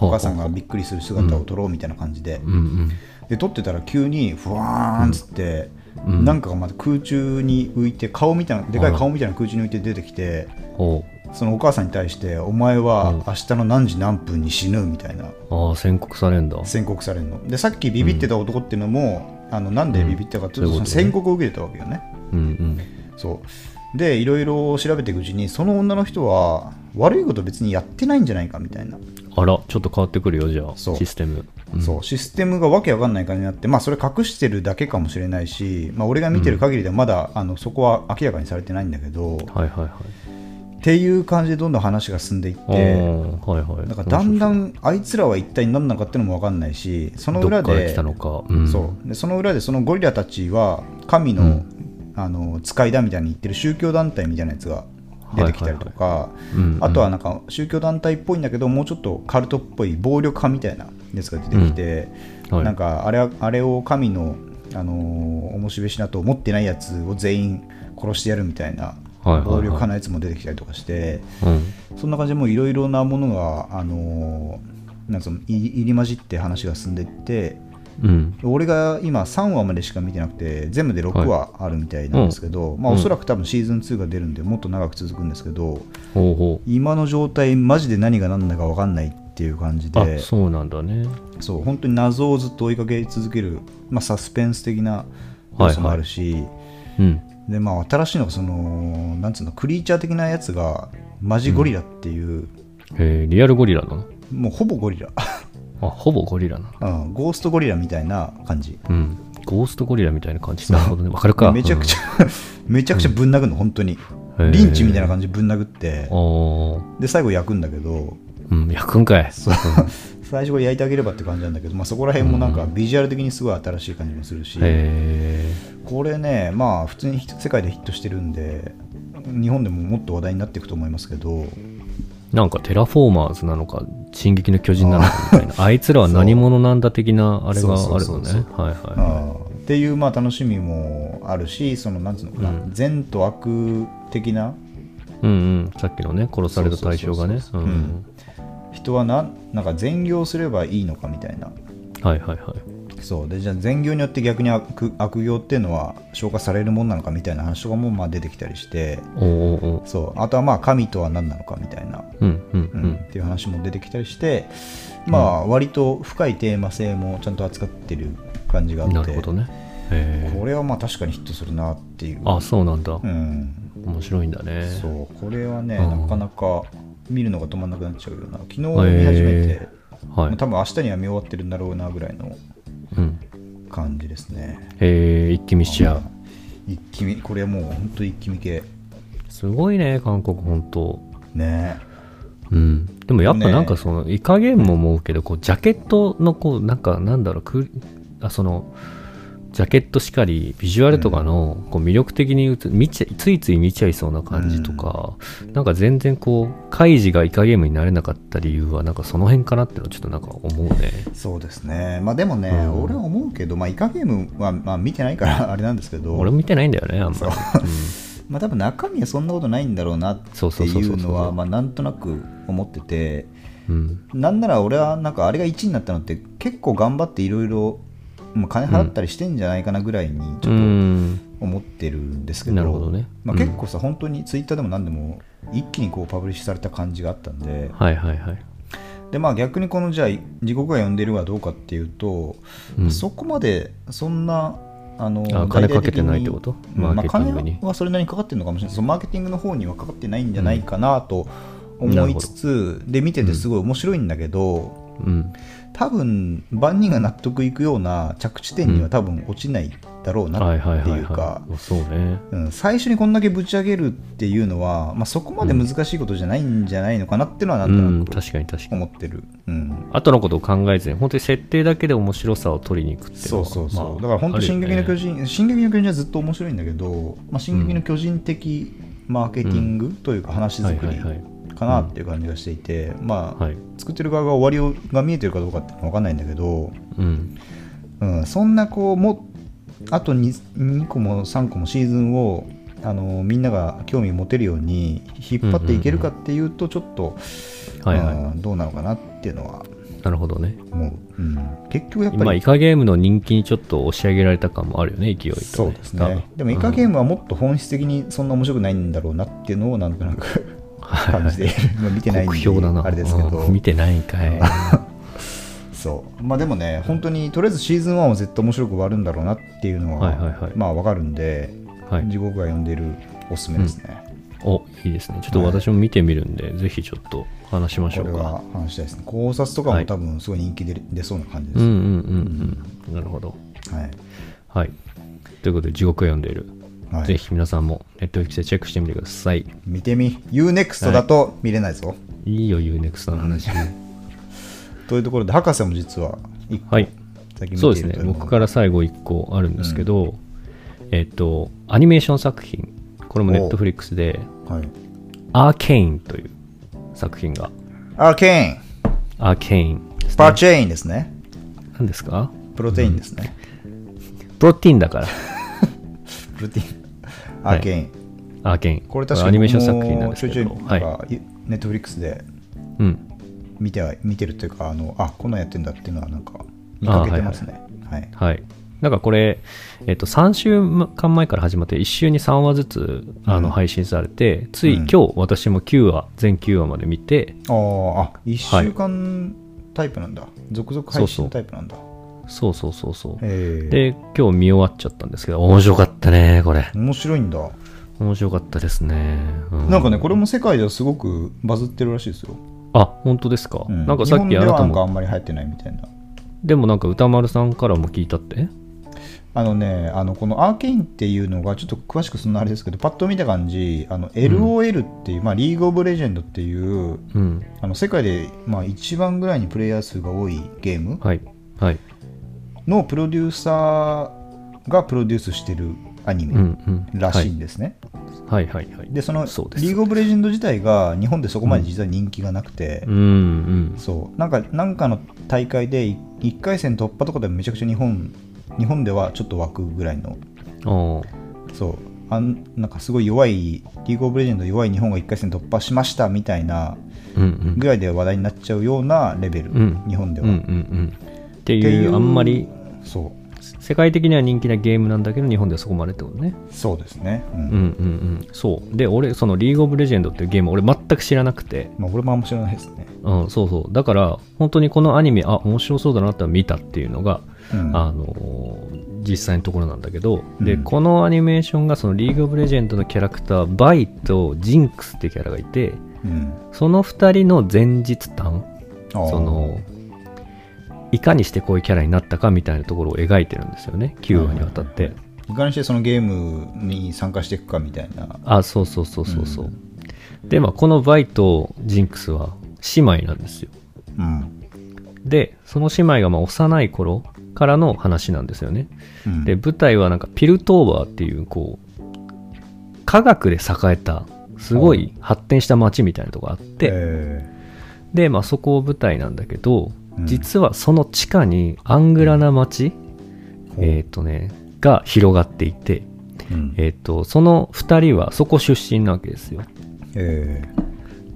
Speaker 2: お母さんがびっくりする姿を撮ろうみたいな感じで
Speaker 1: うんうん
Speaker 2: で撮ってたら急にふわーんっつって、
Speaker 1: うん
Speaker 2: なんかがまた空中に浮いて顔みたいなでかい顔みたいな空中に浮いて出てきて
Speaker 1: ほ
Speaker 2: そのお母さんに対して「お前は明日の何時何分に死ぬ」みたいな
Speaker 1: うああ宣告されんだ
Speaker 2: 宣告されるのでさっきビビってた男っていうのも、あのなんでビビったかっていう
Speaker 1: う
Speaker 2: と、
Speaker 1: ん
Speaker 2: その宣告を受けてたわけよね。
Speaker 1: うん
Speaker 2: そうでいろいろ調べていくうちにその女の人は悪いこと別にやってないんじゃないかみたいな、
Speaker 1: うんあらちょっと変わってくるよじゃあ
Speaker 2: そう
Speaker 1: システム
Speaker 2: そうシステムがわけわかんない感じになってまあそれ隠してるだけかもしれないし、まあ、俺が見てる限りではまだ、あのそこは明らかにされてないんだけ
Speaker 1: は
Speaker 2: ど、
Speaker 1: いはいはい
Speaker 2: っていう感じでどんどん話が進んでいっ
Speaker 1: ああ
Speaker 2: て
Speaker 1: はいはい
Speaker 2: なんかだんだ
Speaker 1: ん
Speaker 2: んあいつらは一体何なのかってのもわかんないしその
Speaker 1: ど
Speaker 2: 裏
Speaker 1: っから
Speaker 2: で
Speaker 1: 来たのかうん
Speaker 2: そうでその裏でそのゴリラたちは神の,、あの使いだみたいに言ってる宗教団体みたいなやつが出てきたりとか、
Speaker 1: うんうん
Speaker 2: あとはなんか宗教団体っぽいんだけどもうちょっとカルトっぽい暴力派みたいなやつが出てきて、
Speaker 1: うんはい
Speaker 2: なんかあれはあれを神の、あのー面白いしなと思ってないやつを全員殺してやるみたいな、
Speaker 1: はいはいはい
Speaker 2: 暴力派のやつも出てきたりとかして
Speaker 1: うん
Speaker 2: そんな感じでもういろいろなものが、あのーなんかその入り入り混じって話が進んでいって
Speaker 1: うん
Speaker 2: 俺が今3話までしか見てなくて全部で6話あるみたいなんですけど、まあ、
Speaker 1: うん
Speaker 2: おそらく多分シーズン2が出るんでもっと長く続くんですけど
Speaker 1: ほうほ
Speaker 2: 今の状態マジで何が何だか分かんないっていう感じ
Speaker 1: うあ
Speaker 2: でそ
Speaker 1: そうなんだね
Speaker 2: う本当に謎をずっと追いかけ続ける、まあ、サスペンス的な要素もあるし、
Speaker 1: うん
Speaker 2: でまあ、新しいのがそのなんつうのクリーチャー的なやつがマジゴリラっていう、
Speaker 1: えーリアルゴリラなの
Speaker 2: もうほぼゴリラ、 [laughs]
Speaker 1: あほぼゴリラなの
Speaker 2: うん、ゴーストゴリラみたいな感じ
Speaker 1: うんゴーストゴリラみたいな感じなるほどねわかるか
Speaker 2: めちゃくち
Speaker 1: ゃ、
Speaker 2: ゃ、めちゃくちゃぶん殴るの、本当に。
Speaker 1: うん
Speaker 2: リンチみたいな
Speaker 1: へ
Speaker 2: 感じでぶん殴って
Speaker 1: ー、おー
Speaker 2: で、最後焼くんだけど、
Speaker 1: うん焼くんかい
Speaker 2: そう最初は焼いてあげればって感じなんだけど、まあ、そこら辺もなんかビジュアル的にすごい新しい感じもするし、
Speaker 1: へ
Speaker 2: これね、まあ、普通にヒット世界でヒットしてるんで、日本でももっと話題になっていくと思いますけど、
Speaker 1: ーなんかテラフォーマーズなのか「進撃の巨人」なのかみたいな
Speaker 2: [laughs]
Speaker 1: あいつらは何者なんだ的なあれがある
Speaker 2: そ
Speaker 1: の
Speaker 2: うそう
Speaker 1: ね
Speaker 2: そう
Speaker 1: はいは
Speaker 2: あーっていうまあ楽しみもあるし、そのなんつうのかな、
Speaker 1: うん
Speaker 2: 善と悪的ない
Speaker 1: うんうんさっきのね殺された対象がね
Speaker 2: そううそうそうそうん人はななんか善行すればいいのかみたいな。
Speaker 1: はいはいはい
Speaker 2: そうでじゃあ善行によって逆に悪悪行っていうのは消化されるもんなのかみたいな話とかもまあ出てきたりして
Speaker 1: おーおーおー
Speaker 2: そうあとはまあ神とは何なのかみたいな、
Speaker 1: うんうん
Speaker 2: う
Speaker 1: うんん
Speaker 2: っていう話も出てきたりしてまあ割と深いテーマ性もちゃんと扱ってる感じがあって
Speaker 1: なるほどねへ
Speaker 2: これはまあ確かにヒットするなっていう
Speaker 1: ーあそうなんだ、
Speaker 2: うん、
Speaker 1: 面白いんだね
Speaker 2: そうこれはね、
Speaker 1: うん
Speaker 2: なかなか見るのが止まんなくなっちゃうような昨日見始めて、
Speaker 1: へは
Speaker 2: まあ
Speaker 1: い、
Speaker 2: 多分明日には見終わってるんだろうなぐらいの
Speaker 1: うん、
Speaker 2: 感じですね
Speaker 1: へえ一気見しちゃう
Speaker 2: 一気見これはもう本当一気見系
Speaker 1: すごいね韓国本当
Speaker 2: ね
Speaker 1: うん、でもやっぱ
Speaker 2: ね
Speaker 1: なんかその、イカゲームも思うけどこうジャケットのこうなんかなんだろうクリあそのジャケットしかりビジュアルとかのこう魅力的に映見ちゃついつい見ちゃいそうな感じとか、なんか全然こうカイジがイカゲームになれなかった理由はなんかその辺かなっていうのはちょっとなんか思うね
Speaker 2: そうですねまあでもね、
Speaker 1: うん
Speaker 2: 俺は思うけど、まあ、イカゲームは、まあ、見てないからあれなんですけど
Speaker 1: 俺も見てないんだよねあんま
Speaker 2: そ
Speaker 1: り
Speaker 2: う、まあ、多分中身はそんなことないんだろうなって
Speaker 1: そうそうそう
Speaker 2: い
Speaker 1: そうう
Speaker 2: の
Speaker 1: そ
Speaker 2: は
Speaker 1: う
Speaker 2: まあなんとなく思ってて
Speaker 1: うんうん
Speaker 2: なんなら俺はなんかあれが1になったのって結構頑張っていろいろまあ金払ったりしてんじゃないかなぐらいに [laughs]
Speaker 1: う
Speaker 2: ちょっ
Speaker 1: ん
Speaker 2: と思ってるんですけど,、
Speaker 1: なるほどね
Speaker 2: まあ、
Speaker 1: うん
Speaker 2: 結構さ、本当にツイッターでも何でも一気にこうパブリッシュされた感じがあったんで
Speaker 1: はいはいはい
Speaker 2: で、まあ、逆にこのじゃあ地獄が呼んでるはどうかっていうと、
Speaker 1: うん
Speaker 2: そこまでそんなあの
Speaker 1: あ金かけてないってこと
Speaker 2: 大々的に
Speaker 1: マー
Speaker 2: うんまあ、
Speaker 1: ケティングに
Speaker 2: 金はそれなりにかかってるのかもしれないそのマーケティングの方にはかかってないんじゃないかなと思いつつ、で見ててすごい面白いんだけど、
Speaker 1: うん
Speaker 2: 多分万人が納得いくような着地点には多分落ちないだろうな
Speaker 1: はいはい
Speaker 2: って
Speaker 1: はい
Speaker 2: いうか
Speaker 1: は。いそうね
Speaker 2: うん最初にこんだけぶち上げるっていうのは、まあ、そこまで難しいことじゃないんじゃないのかなっていうのはな
Speaker 1: うんん
Speaker 2: となく
Speaker 1: 確かに確かに
Speaker 2: 思ってる、うん、
Speaker 1: 後のことを考えずに本当に設定だけで面白さを取りに行くっていうの
Speaker 2: そう
Speaker 1: は
Speaker 2: そうそう、
Speaker 1: まあ
Speaker 2: だから本当「進撃の巨
Speaker 1: あるよね
Speaker 2: 人」進撃の巨人」はずっと面白いんだけど「まあ、進撃の巨人」的マーケティングというか話作
Speaker 1: はい
Speaker 2: り
Speaker 1: はいはい
Speaker 2: かなっていう感じがしていてまあ、
Speaker 1: はい
Speaker 2: 作ってる側が終わりをが見えてるかどうかって分かんないんだけど、
Speaker 1: うん
Speaker 2: うん、そんなこうもあと 2, 個も3個もシーズンをあのみんなが興味持てるように引っ張っていけるかっていうとちょっと、
Speaker 1: はいはい
Speaker 2: うんどうなのかなっていうのは
Speaker 1: なるほどね
Speaker 2: 思う、うん、結局やっぱ
Speaker 1: 今
Speaker 2: り
Speaker 1: イカゲームの人気にちょっと押し上げられた感もあるよね勢いと、ね、
Speaker 2: そうです
Speaker 1: 多分
Speaker 2: ねでもイカゲームはもっと本質的にそんな面白くないんだろうなっていうのをなんとなく感じているまあ見てないん
Speaker 1: 酷
Speaker 2: で
Speaker 1: 評だな
Speaker 2: あれですけど
Speaker 1: うん見てないんかい
Speaker 2: そうまあでもね本当にとりあえずシーズン1は絶対面白く終わるんだろうなっていうのは,、
Speaker 1: はいはいはい
Speaker 2: まあわかるんで、
Speaker 1: はい
Speaker 2: 地獄が呼んでるおすすめですね、
Speaker 1: おいいですねちょっと私も見てみるんで、ぜひちょっと話しましょ
Speaker 2: これ
Speaker 1: うか
Speaker 2: は話したいですね考察とか
Speaker 1: は
Speaker 2: も
Speaker 1: い
Speaker 2: 多分すごい人気出る出そうな感じで
Speaker 1: う
Speaker 2: す、
Speaker 1: んうんうんうんなるほど
Speaker 2: はい
Speaker 1: はいということで地獄を読んでいる、
Speaker 2: はい
Speaker 1: ぜひ皆さんもネットフィックスでチェックしてみてください
Speaker 2: 見てみ UNEXT だと見れないぞ、
Speaker 1: いいよ UNEXT の
Speaker 2: [laughs]
Speaker 1: 話
Speaker 2: というところで博士も実は一個
Speaker 1: はい
Speaker 2: 最近見ている
Speaker 1: そうですね
Speaker 2: とい
Speaker 1: 僕からら最後1個あるんですけど、えっとアニメーション作品これも
Speaker 2: おう
Speaker 1: Netflix で
Speaker 2: はい
Speaker 1: 「アーケイン」という作品が
Speaker 2: アーケイ
Speaker 1: アーケインで
Speaker 2: ン
Speaker 1: す
Speaker 2: パーチェインですね
Speaker 1: 何ですか
Speaker 2: プロテインですね、
Speaker 1: プロテインだから
Speaker 2: プロテインア
Speaker 1: はい
Speaker 2: ーケイン、
Speaker 1: アーケイン
Speaker 2: これ確か
Speaker 1: ア
Speaker 2: に
Speaker 1: ニメー
Speaker 2: 僕
Speaker 1: ション作品なん
Speaker 2: も
Speaker 1: です
Speaker 2: ちょい
Speaker 1: け
Speaker 2: ちょい
Speaker 1: ど
Speaker 2: なん
Speaker 1: はい
Speaker 2: かネットフリックスで
Speaker 1: うん、
Speaker 2: 見ては見てるというかあのあこんなんやってんだっていうのはなんか見かけてますねはい
Speaker 1: はい、なんかこれ、えっと、3週間前から始まって1週に3話ずつあ
Speaker 2: う
Speaker 1: の
Speaker 2: ん
Speaker 1: 配信されて、つい
Speaker 2: うん
Speaker 1: 今日私も9話全9話まで見て
Speaker 2: あーあ1週間タイプなんだ、続々配信タイプなんだ
Speaker 1: そうそうそうそう
Speaker 2: へえ
Speaker 1: で今日見終わっちゃったんですけど面白かったねこれ
Speaker 2: 面白いんだ、
Speaker 1: 面白かったですね、う
Speaker 2: なんかねこれも世界ではすごくバズってるらしいですよ、
Speaker 1: あ本当ですか、
Speaker 2: う
Speaker 1: なんかさっ
Speaker 2: 日本
Speaker 1: き
Speaker 2: で
Speaker 1: あ
Speaker 2: は
Speaker 1: なた
Speaker 2: なんかあ
Speaker 1: も
Speaker 2: んまり流行ってないみたいな
Speaker 1: でもなんか歌丸さんからも聞いたって
Speaker 2: あのね、あのこのアーケインっていうのが、ちょっと詳しくそんなあれですけど、パッと見た感じ、あの LOL っていう、まあ、リーグ・オブ・レジェンドっていう、
Speaker 1: うん。
Speaker 2: あの世界で、まあ、一番ぐらいにプレイヤー数が多いゲーム
Speaker 1: はい。はい。
Speaker 2: のプロデューサーがプロデュースしてるアニ
Speaker 1: うん
Speaker 2: メ
Speaker 1: うん。
Speaker 2: らしいんですね。
Speaker 1: はい。はいはいはい。
Speaker 2: で、その
Speaker 1: そうです
Speaker 2: リーグ・オブ・レジェンド自体が、日本でそこまで実は人気がなくて、
Speaker 1: うんうん。
Speaker 2: そうなんかなんかの大会で1回戦突破とかでもめちゃくちゃ日本日本ではちょっと湧くぐらいの
Speaker 1: あ
Speaker 2: そうあんなんかすごい弱いリーグオブレジェンド弱い日本が1回戦突破しましたみたいな
Speaker 1: あ。うんうん
Speaker 2: ぐ。らいで話題になっちゃうようなレベル、
Speaker 1: うん
Speaker 2: 日本で
Speaker 1: う
Speaker 2: は、
Speaker 1: んうんうん。って
Speaker 2: って
Speaker 1: い
Speaker 2: いう
Speaker 1: う、あんまり
Speaker 2: そ
Speaker 1: 世界的には人気なゲームなんだけど、日本ではそこまでってことね。
Speaker 2: うそうですねうん、
Speaker 1: うんうんうん。そう。で、俺、そのリーグオブレジェンドっていうゲーム、俺全く知らなくて、
Speaker 2: まあ、俺もあんま知らないですね、
Speaker 1: うん、そうそう。だから、本当にこのアニメ、あ、面白そうだなって見たっていうのが、
Speaker 2: うん、
Speaker 1: あのー実際のところなんだけど、で
Speaker 2: うん
Speaker 1: このアニメーションがそのリーグ・オブ・レジェンドのキャラクターバイとジンクスっていうキャラがいて
Speaker 2: うん、
Speaker 1: その2人の前日談
Speaker 2: あー
Speaker 1: そのいかにしてこういうキャラになったかみたいなところを描いてるんですよね9話にわたって、
Speaker 2: いかにしてそのゲームに参加していくかみたいな
Speaker 1: あそうそうそうそうそう、でまあこのバイとジンクスは姉妹なんですよ
Speaker 2: うん、
Speaker 1: でその姉妹がまあ幼い頃からの話なんですよね
Speaker 2: うん、
Speaker 1: で舞台はなんかピルトーバーっていうこう科学で栄えたすごい発展した町みたいなとこがあって、
Speaker 2: え
Speaker 1: で、まあ、そこを舞台なんだけど、
Speaker 2: うん
Speaker 1: 実はその地下にアングラな町、
Speaker 2: うん
Speaker 1: えっ、とねが広がっていて、
Speaker 2: ーうん
Speaker 1: えー、とその2人はそこ出身なわけですよ
Speaker 2: え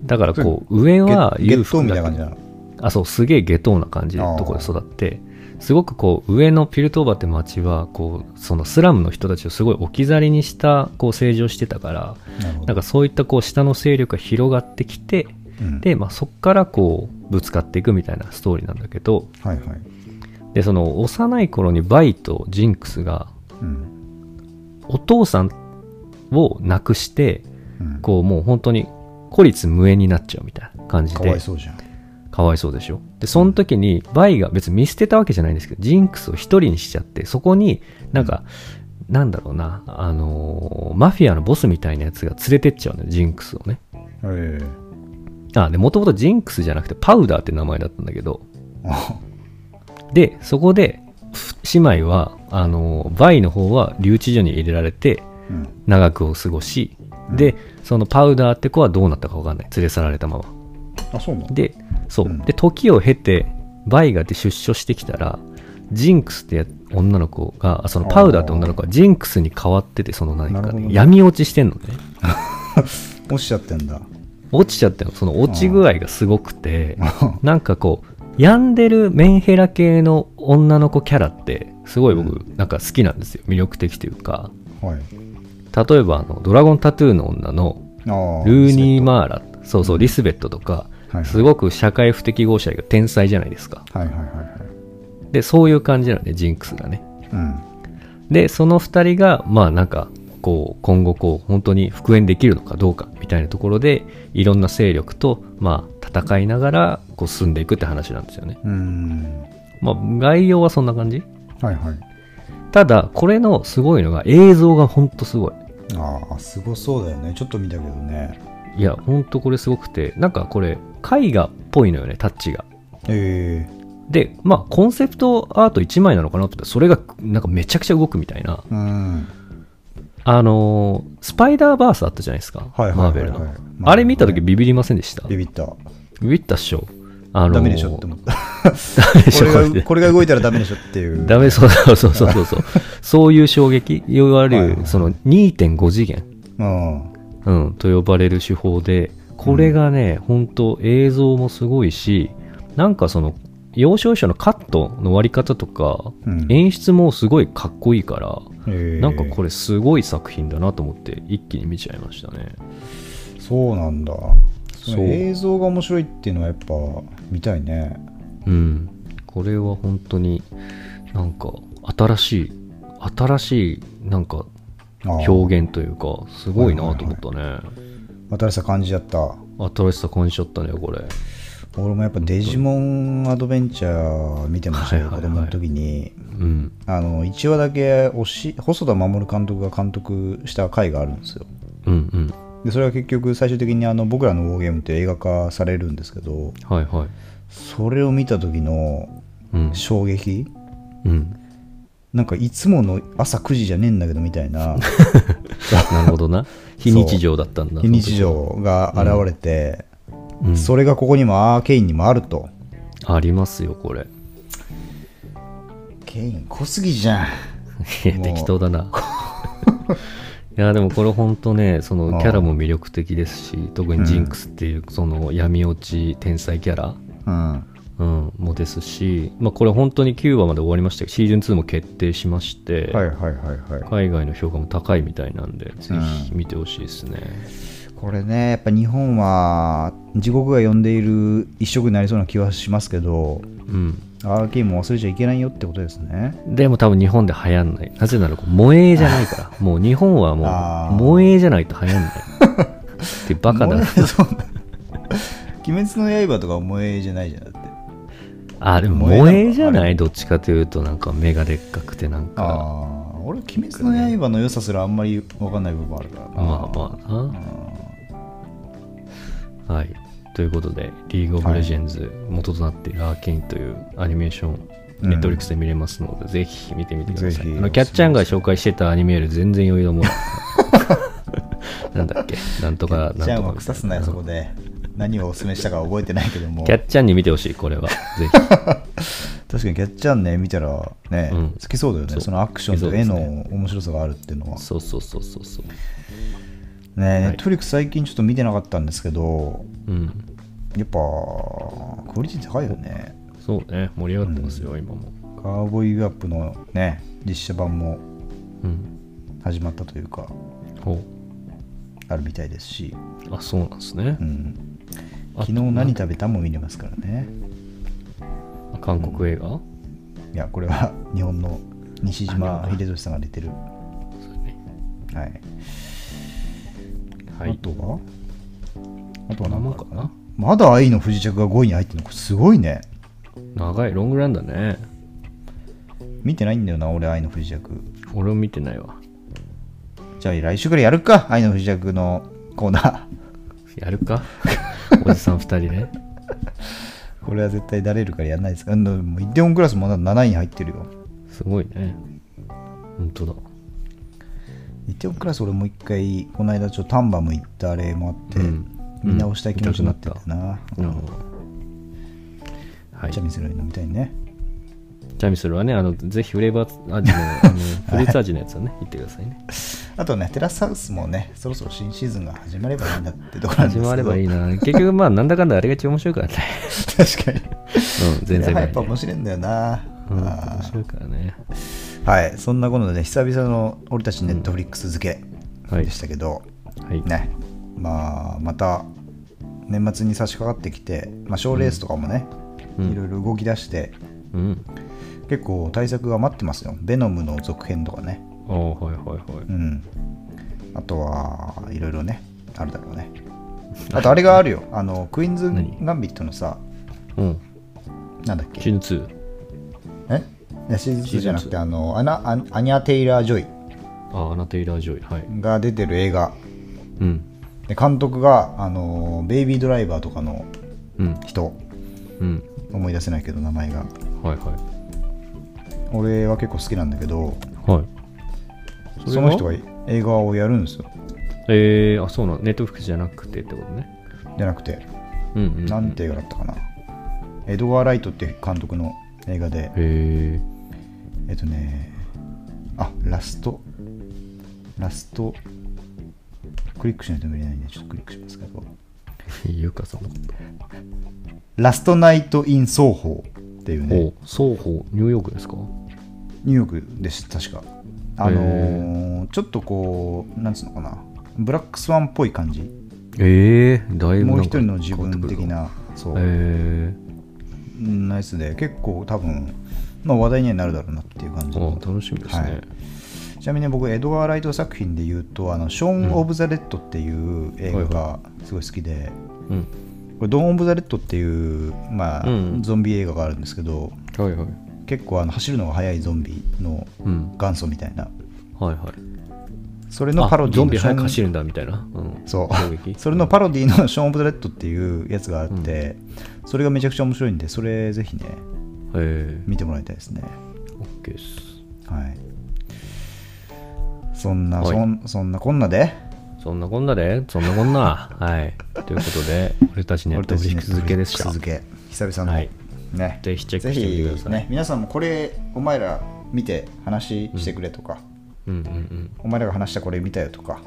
Speaker 2: ー
Speaker 1: だからこう上は
Speaker 2: ゲ
Speaker 1: 裕
Speaker 2: ット
Speaker 1: 福
Speaker 2: みたい
Speaker 1: だ
Speaker 2: な
Speaker 1: け
Speaker 2: 感じ
Speaker 1: ど
Speaker 2: なの
Speaker 1: あそうすげえ下等な感じのところで育ってすごくこう上のピルトーバって町はこうそのスラムの人たちをすごい置き去りにしたこう政治をしてたから
Speaker 2: なるほ
Speaker 1: な
Speaker 2: ど
Speaker 1: んかそういったこう下の勢力が広がってきて
Speaker 2: うん
Speaker 1: で、まあ、そこからこうぶつかっていくみたいなストーリーなんだけど
Speaker 2: はいはい、
Speaker 1: でその幼い頃にバイとジンクスが
Speaker 2: うん
Speaker 1: お父さんを亡くして
Speaker 2: うん、
Speaker 1: こうもう本当に孤立無援になっちゃうみたいな感じ
Speaker 2: かわ
Speaker 1: で
Speaker 2: いそうじゃん
Speaker 1: かわいそうでしょでその時にバイが別に見捨てたわけじゃないんですけどジンクスを一人にしちゃってそこになんか、なんだろうなあのーマフィアのボスみたいなやつが連れてっちゃうのよジンクスをね
Speaker 2: ええ
Speaker 1: あでもともとジンクスじゃなくてパウダーって名前だったんだけど
Speaker 2: あ
Speaker 1: でそこでふ姉妹はあのーバイの方は留置所に入れられて
Speaker 2: うん
Speaker 1: 長くを過ごしでそのパウダーって子はどうなったか分かんない連れ去られたまま
Speaker 2: あそうなの
Speaker 1: でそう、
Speaker 2: うん
Speaker 1: で時を経てバイがで出所してきたらジンクスってや女の子があそのパウダーって女の子がジンクスに変わっててその何
Speaker 2: な
Speaker 1: か、
Speaker 2: るほど
Speaker 1: ね
Speaker 2: ね
Speaker 1: 闇落ちしてんのね
Speaker 2: [laughs] 落ちちゃってんだ [laughs]
Speaker 1: 落ちちゃってその落ち具合がすごくてなんかこう病んでるメンヘラ系の女の子キャラってすごい僕なんか好きなんですよ魅力的というか
Speaker 2: はい
Speaker 1: 例えばあのドラゴンタトゥーの女の
Speaker 2: あ
Speaker 1: ルーニー・
Speaker 2: マ
Speaker 1: マーラそうそうリスベットとか
Speaker 2: はい
Speaker 1: すごく社会不適合者が天才じゃないですか
Speaker 2: はいはいはいはい
Speaker 1: でそういう感じなのねジンクスがね
Speaker 2: うん
Speaker 1: でその2人がまあなんかこう今後こう本当に復縁できるのかどうかみたいなところでいろんな勢力とまあ戦いながらこう進んでいくって話なんですよね
Speaker 2: うーん
Speaker 1: まあ概要はそんな感じ
Speaker 2: はいはい
Speaker 1: ただこれのすごいのが映像がほんとすごい
Speaker 2: ああすごそうだよねちょっと見たけどね
Speaker 1: いやほんとこれすごくてなんかこれ絵画っぽいのよねタッチが
Speaker 2: え
Speaker 1: でまあコンセプトアート1枚なのかなと思ったらそれがなんかめちゃくちゃ動くみたいな
Speaker 2: えうん
Speaker 1: あのースパイダーバースあったじゃないですか、
Speaker 2: はいはい
Speaker 1: マー
Speaker 2: はい
Speaker 1: ベ
Speaker 2: はい
Speaker 1: ルの、
Speaker 2: まあ
Speaker 1: あれ見た時
Speaker 2: ね
Speaker 1: ビビりませんでした、
Speaker 2: ビビった
Speaker 1: ビビったっしょあのー
Speaker 2: ダメで
Speaker 1: [laughs]
Speaker 2: しょって思った
Speaker 1: ダメでしょ
Speaker 2: これが
Speaker 1: こ
Speaker 2: これが動いたらダメでしょってい
Speaker 1: れ
Speaker 2: う
Speaker 1: ダメそうそうそうそう
Speaker 2: [laughs]
Speaker 1: そうそうそういう衝撃いわゆ
Speaker 2: はいはいは
Speaker 1: る
Speaker 2: い
Speaker 1: その2.5次元、
Speaker 2: うん
Speaker 1: うん、と呼ばれる手法でこれがね、本当映像もすごいしなんかその要所要所のカットの割り方とか
Speaker 2: うん
Speaker 1: 演出もすごいかっこいいから、
Speaker 2: ええ
Speaker 1: なんかこれすごい作品だなと思って一気に見ちゃいましたね
Speaker 2: そうなんだ
Speaker 1: そう
Speaker 2: その映像が面白いっていうのはやっぱ見たいね
Speaker 1: うん、これは本当になんか新しい新しいなんか
Speaker 2: ああ
Speaker 1: 表現というかすごいなと思ったね、
Speaker 2: 新しさ感じちゃった
Speaker 1: 新しさ感じちゃったねこれ
Speaker 2: 俺もやっぱデジモンアドベンチャー見てましたよ、
Speaker 1: はいはいはい
Speaker 2: 子供の時に。
Speaker 1: うん。
Speaker 2: あの1話だけおし細田守監督が監督した回があるんですよ。
Speaker 1: うんうん。
Speaker 2: でそれは結局最終的にあの僕らのウォーゲームって映画化されるんですけど
Speaker 1: はいはい。
Speaker 2: それを見た時の
Speaker 1: うん。
Speaker 2: 衝撃 [laughs]
Speaker 1: うん。
Speaker 2: なんかいつもの朝9時じゃねえんだけどみたい [laughs]
Speaker 1: な
Speaker 2: な
Speaker 1: るほどな。非日常だったんだ。
Speaker 2: 非日常が現れて、
Speaker 1: うん
Speaker 2: それがここにもアーケインにもあると
Speaker 1: ありますよ、
Speaker 2: [laughs]
Speaker 1: これ。
Speaker 2: ケイン小杉じゃん
Speaker 1: いや、適当だ
Speaker 2: [laughs]
Speaker 1: な。いや、でもこれ本当ね、そ
Speaker 2: あ
Speaker 1: の
Speaker 2: あ
Speaker 1: キャラも魅力的ですし、特にジンクスっていう、その闇落ち天才キャラ、
Speaker 2: うん
Speaker 1: うん、もですし、まあこれ本当に9話まで終わりましたけど、シーズン2も決定しまして、
Speaker 2: はいはいはいはい
Speaker 1: 海外の評価も高いみたいなんで、ぜひ
Speaker 2: うん
Speaker 1: 見てほしいですね。
Speaker 2: これねやっぱ日本は地獄が呼んでいる一色になりそうな気はしますけど
Speaker 1: うん。
Speaker 2: アーケインも忘れちゃいけないよってことですね
Speaker 1: でも多分日本で流行んない。なぜならこう、萌えじゃない
Speaker 2: [laughs]
Speaker 1: から。もう日本はもう
Speaker 2: あ、ー
Speaker 1: 萌えじゃないと流行んない。ってバカだな。
Speaker 2: そんな [laughs] 鬼滅の刃とか思えじゃないじゃんだって
Speaker 1: あでも萌えじゃないどっちかというとなんか目がでっかくてなん
Speaker 2: あ
Speaker 1: か
Speaker 2: あ俺は鬼滅の刃の良さすらあんまり分かんない部分あるからな
Speaker 1: まあまあなはいということでリーグオブレジェンズ元となっているアーケインというアニメーション
Speaker 2: うん
Speaker 1: ネットフリックスで見れますので、ぜひ見てみてくださ
Speaker 2: ぜ
Speaker 1: い
Speaker 2: ひ
Speaker 1: あのキャッチャンが紹介してたアニメより全然余裕だ
Speaker 2: [laughs]
Speaker 1: もんなんだっけなんとか
Speaker 2: じ
Speaker 1: な
Speaker 2: ゃあ
Speaker 1: ん
Speaker 2: も
Speaker 1: と
Speaker 2: う
Speaker 1: か
Speaker 2: 腐すなよそこで何をおすすめしたか覚えてないけども
Speaker 1: キャッチャンに見てほしいこれはぜひ
Speaker 2: 確かにキャッチャンね見たらね、
Speaker 1: うん
Speaker 2: 好きそうだよね
Speaker 1: そう
Speaker 2: そのアクションと絵の面白さがあるっていうのは
Speaker 1: そうそうそうそうそう
Speaker 2: ねネットフリックス最近ちょっと見てなかったんですけど
Speaker 1: うん
Speaker 2: やっぱクオリティ高いよね
Speaker 1: そうね盛り上がってますよ、今も
Speaker 2: カーボーイビアップのね実写版も
Speaker 1: うん
Speaker 2: 始まったというか
Speaker 1: ほう
Speaker 2: あるみたいですし、
Speaker 1: あそうなんですね、
Speaker 2: うん、
Speaker 1: あ
Speaker 2: 昨日何食べたも見れますからね
Speaker 1: 韓国映画、
Speaker 2: いやこれは [laughs] 日本の西島秀俊さんが出てる
Speaker 1: そうね
Speaker 2: はい、
Speaker 1: はい
Speaker 2: あとはあと
Speaker 1: こ
Speaker 2: は
Speaker 1: んな
Speaker 2: 何
Speaker 1: もん
Speaker 2: も
Speaker 1: か
Speaker 2: か
Speaker 1: な
Speaker 2: なまだ愛の不時着が5位に入ってるのこれすごいね
Speaker 1: 長いロングランだね
Speaker 2: 見てないんだよな俺愛の不時着
Speaker 1: 俺も見てないわ
Speaker 2: じゃあ来週からやるか愛の不時着のコーナー [laughs]
Speaker 1: やる [laughs] かおじさん2人ね
Speaker 2: これは絶対だれるからやんないですうんでもイテオンクラスもまだ7位に入ってるよ
Speaker 1: すごいね本当だ
Speaker 2: イテオンクラス俺もう一回この間ちょっと丹波も行ったあれもあって、
Speaker 1: うん
Speaker 2: 見直したい気持ちになってたな、
Speaker 1: なるほどはい
Speaker 2: チ
Speaker 1: チ
Speaker 2: ャミスル飲みたいね
Speaker 1: ャミスルはねあのぜひフレーバー味の [laughs] あのフルーツ味のやつをね言ってくださいね [laughs]
Speaker 2: あとねテラスハウスもねそろそろ新シーズンが始まればいいんだってところな
Speaker 1: 始
Speaker 2: んですけど
Speaker 1: まればいいな結局まあなんだかんだあれが一番面白いからね
Speaker 2: [laughs] 確かに
Speaker 1: うん全 [laughs] 然
Speaker 2: や
Speaker 1: 前
Speaker 2: っぱ
Speaker 1: ね
Speaker 2: 面白いんだよな、
Speaker 1: うん
Speaker 2: あ
Speaker 1: 面白いからね
Speaker 2: ーはいそんなことでね久々の俺たちネットフリックス付け
Speaker 1: はい
Speaker 2: でしたけど、
Speaker 1: はい
Speaker 2: ねまあまた年末に差し掛かってきてまあ賞、レースとかもね、
Speaker 1: うん
Speaker 2: いろいろ動き出して
Speaker 1: うん
Speaker 2: 結構対策が待ってますよベノムの続編とかね
Speaker 1: ああはいはいはい
Speaker 2: うんあとはいろいろねあるだろ [laughs] うねあとあれがあるよあのクイーンズ・ガンビットのさ
Speaker 1: うん
Speaker 2: なんだっけ
Speaker 1: シーズン2
Speaker 2: えいやシーズン2じゃなくてあのアナアアニャ・テイラー・ジョイ
Speaker 1: ああ、アナテイラー・ジョイ。はい。
Speaker 2: が出てる映画
Speaker 1: うん。
Speaker 2: で監督があのベイビードライバーとかの
Speaker 1: うん。
Speaker 2: 人
Speaker 1: うん。
Speaker 2: 思い出せないけど名前が
Speaker 1: はいは
Speaker 2: 俺は結構好きなんだけど
Speaker 1: い。はい。
Speaker 2: そ
Speaker 1: れは
Speaker 2: の人が映画をやるんですよ
Speaker 1: えー、あ、そうなの。ネットフリックスじゃなくてってことね。
Speaker 2: じゃなくて
Speaker 1: うん、うん。
Speaker 2: なんて映画だったかなエドガー・ライトって監督の映画で
Speaker 1: へえ。
Speaker 2: えっとね、あ、ラスト、ラスト、クリックしないと見れないんで、ちょっとクリックしますけど、
Speaker 1: 言うか、そのこと。
Speaker 2: ラストナイト・イン・奏法っていうね、
Speaker 1: お双方、ニューヨークですか
Speaker 2: ニューヨークです、確か。あのーちょっとこう、なんつうのかな、ブラックスワンっぽい感じ、
Speaker 1: ええー、だいぶ
Speaker 2: もう
Speaker 1: なん
Speaker 2: 一
Speaker 1: か
Speaker 2: 人の自分的な、そう、
Speaker 1: え
Speaker 2: うんナイスで、結構多分、まあ、話題にはなるだろうなっていう感
Speaker 1: え
Speaker 2: じ
Speaker 1: ー。
Speaker 2: の
Speaker 1: あ楽しみですね。
Speaker 2: はいちなみに僕エドガー・ライト作品で言うと「あのショーン・オブ・ザ・レッド」っていう映画がすごい好きで、
Speaker 1: うん。
Speaker 2: これドーン・オブ・ザ・レッドっていう、まあ
Speaker 1: うん
Speaker 2: ゾンビ映画があるんですけど
Speaker 1: はいはい。
Speaker 2: 結構あの走るのが速いゾンビの
Speaker 1: うん。
Speaker 2: 元祖みたいな
Speaker 1: はいはい。
Speaker 2: それのパロディ
Speaker 1: あゾン
Speaker 2: の
Speaker 1: ビ
Speaker 2: ショー
Speaker 1: 早
Speaker 2: ン
Speaker 1: く走るんだみたいな。うん。
Speaker 2: そう
Speaker 1: 攻撃
Speaker 2: [laughs] それのパロディの「ショーン・オブ・ザ・レッド」っていうやつがあって、それがめちゃくちゃ面白いんでそれぜひね
Speaker 1: え
Speaker 2: 見てもらいたいですね
Speaker 1: ー、オッケーです。
Speaker 2: はいそんな、
Speaker 1: はい
Speaker 2: そんそんなこんなで
Speaker 1: そんなこんなで、そんなこんな。
Speaker 2: [laughs]
Speaker 1: はい。ということで、俺たちネットフリックス
Speaker 2: 俺
Speaker 1: 続
Speaker 2: たち
Speaker 1: けでした。
Speaker 2: 続け久々の、
Speaker 1: はい
Speaker 2: ね
Speaker 1: ぜひチェックしてみてください
Speaker 2: ぜひね、皆さんもこれお前ら見て話してくれとか、
Speaker 1: うんうん
Speaker 2: お前らが話したこれ見たよとか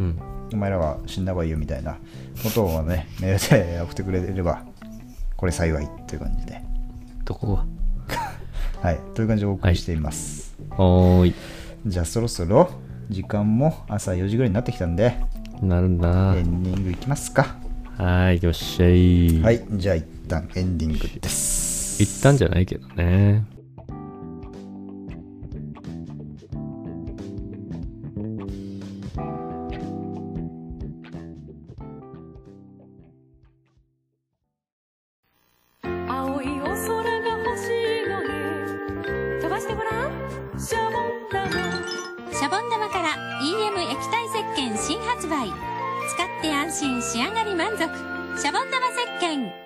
Speaker 1: うん。うん。
Speaker 2: お前らは死んだ方がいいよみたいなこと
Speaker 1: [laughs]
Speaker 2: をねメールで送ってくれればこれ幸いという感じで
Speaker 1: どこは
Speaker 2: はいという感じでお送りしています、
Speaker 1: おーい。
Speaker 2: じゃあそろそろ時間も朝4時ぐらいになってきたんで
Speaker 1: なるんだな。
Speaker 2: エンディングいきますか
Speaker 1: はい、よっしゃい。
Speaker 2: はいじゃあ一旦エンディングです
Speaker 1: 一旦じゃないけどね。
Speaker 3: 青いお空が欲しいのに飛ばしてごらんシャボン玉
Speaker 4: シャボン玉から EM 液体石鹸新発売使って安心仕上がり満足シャボン玉石鹸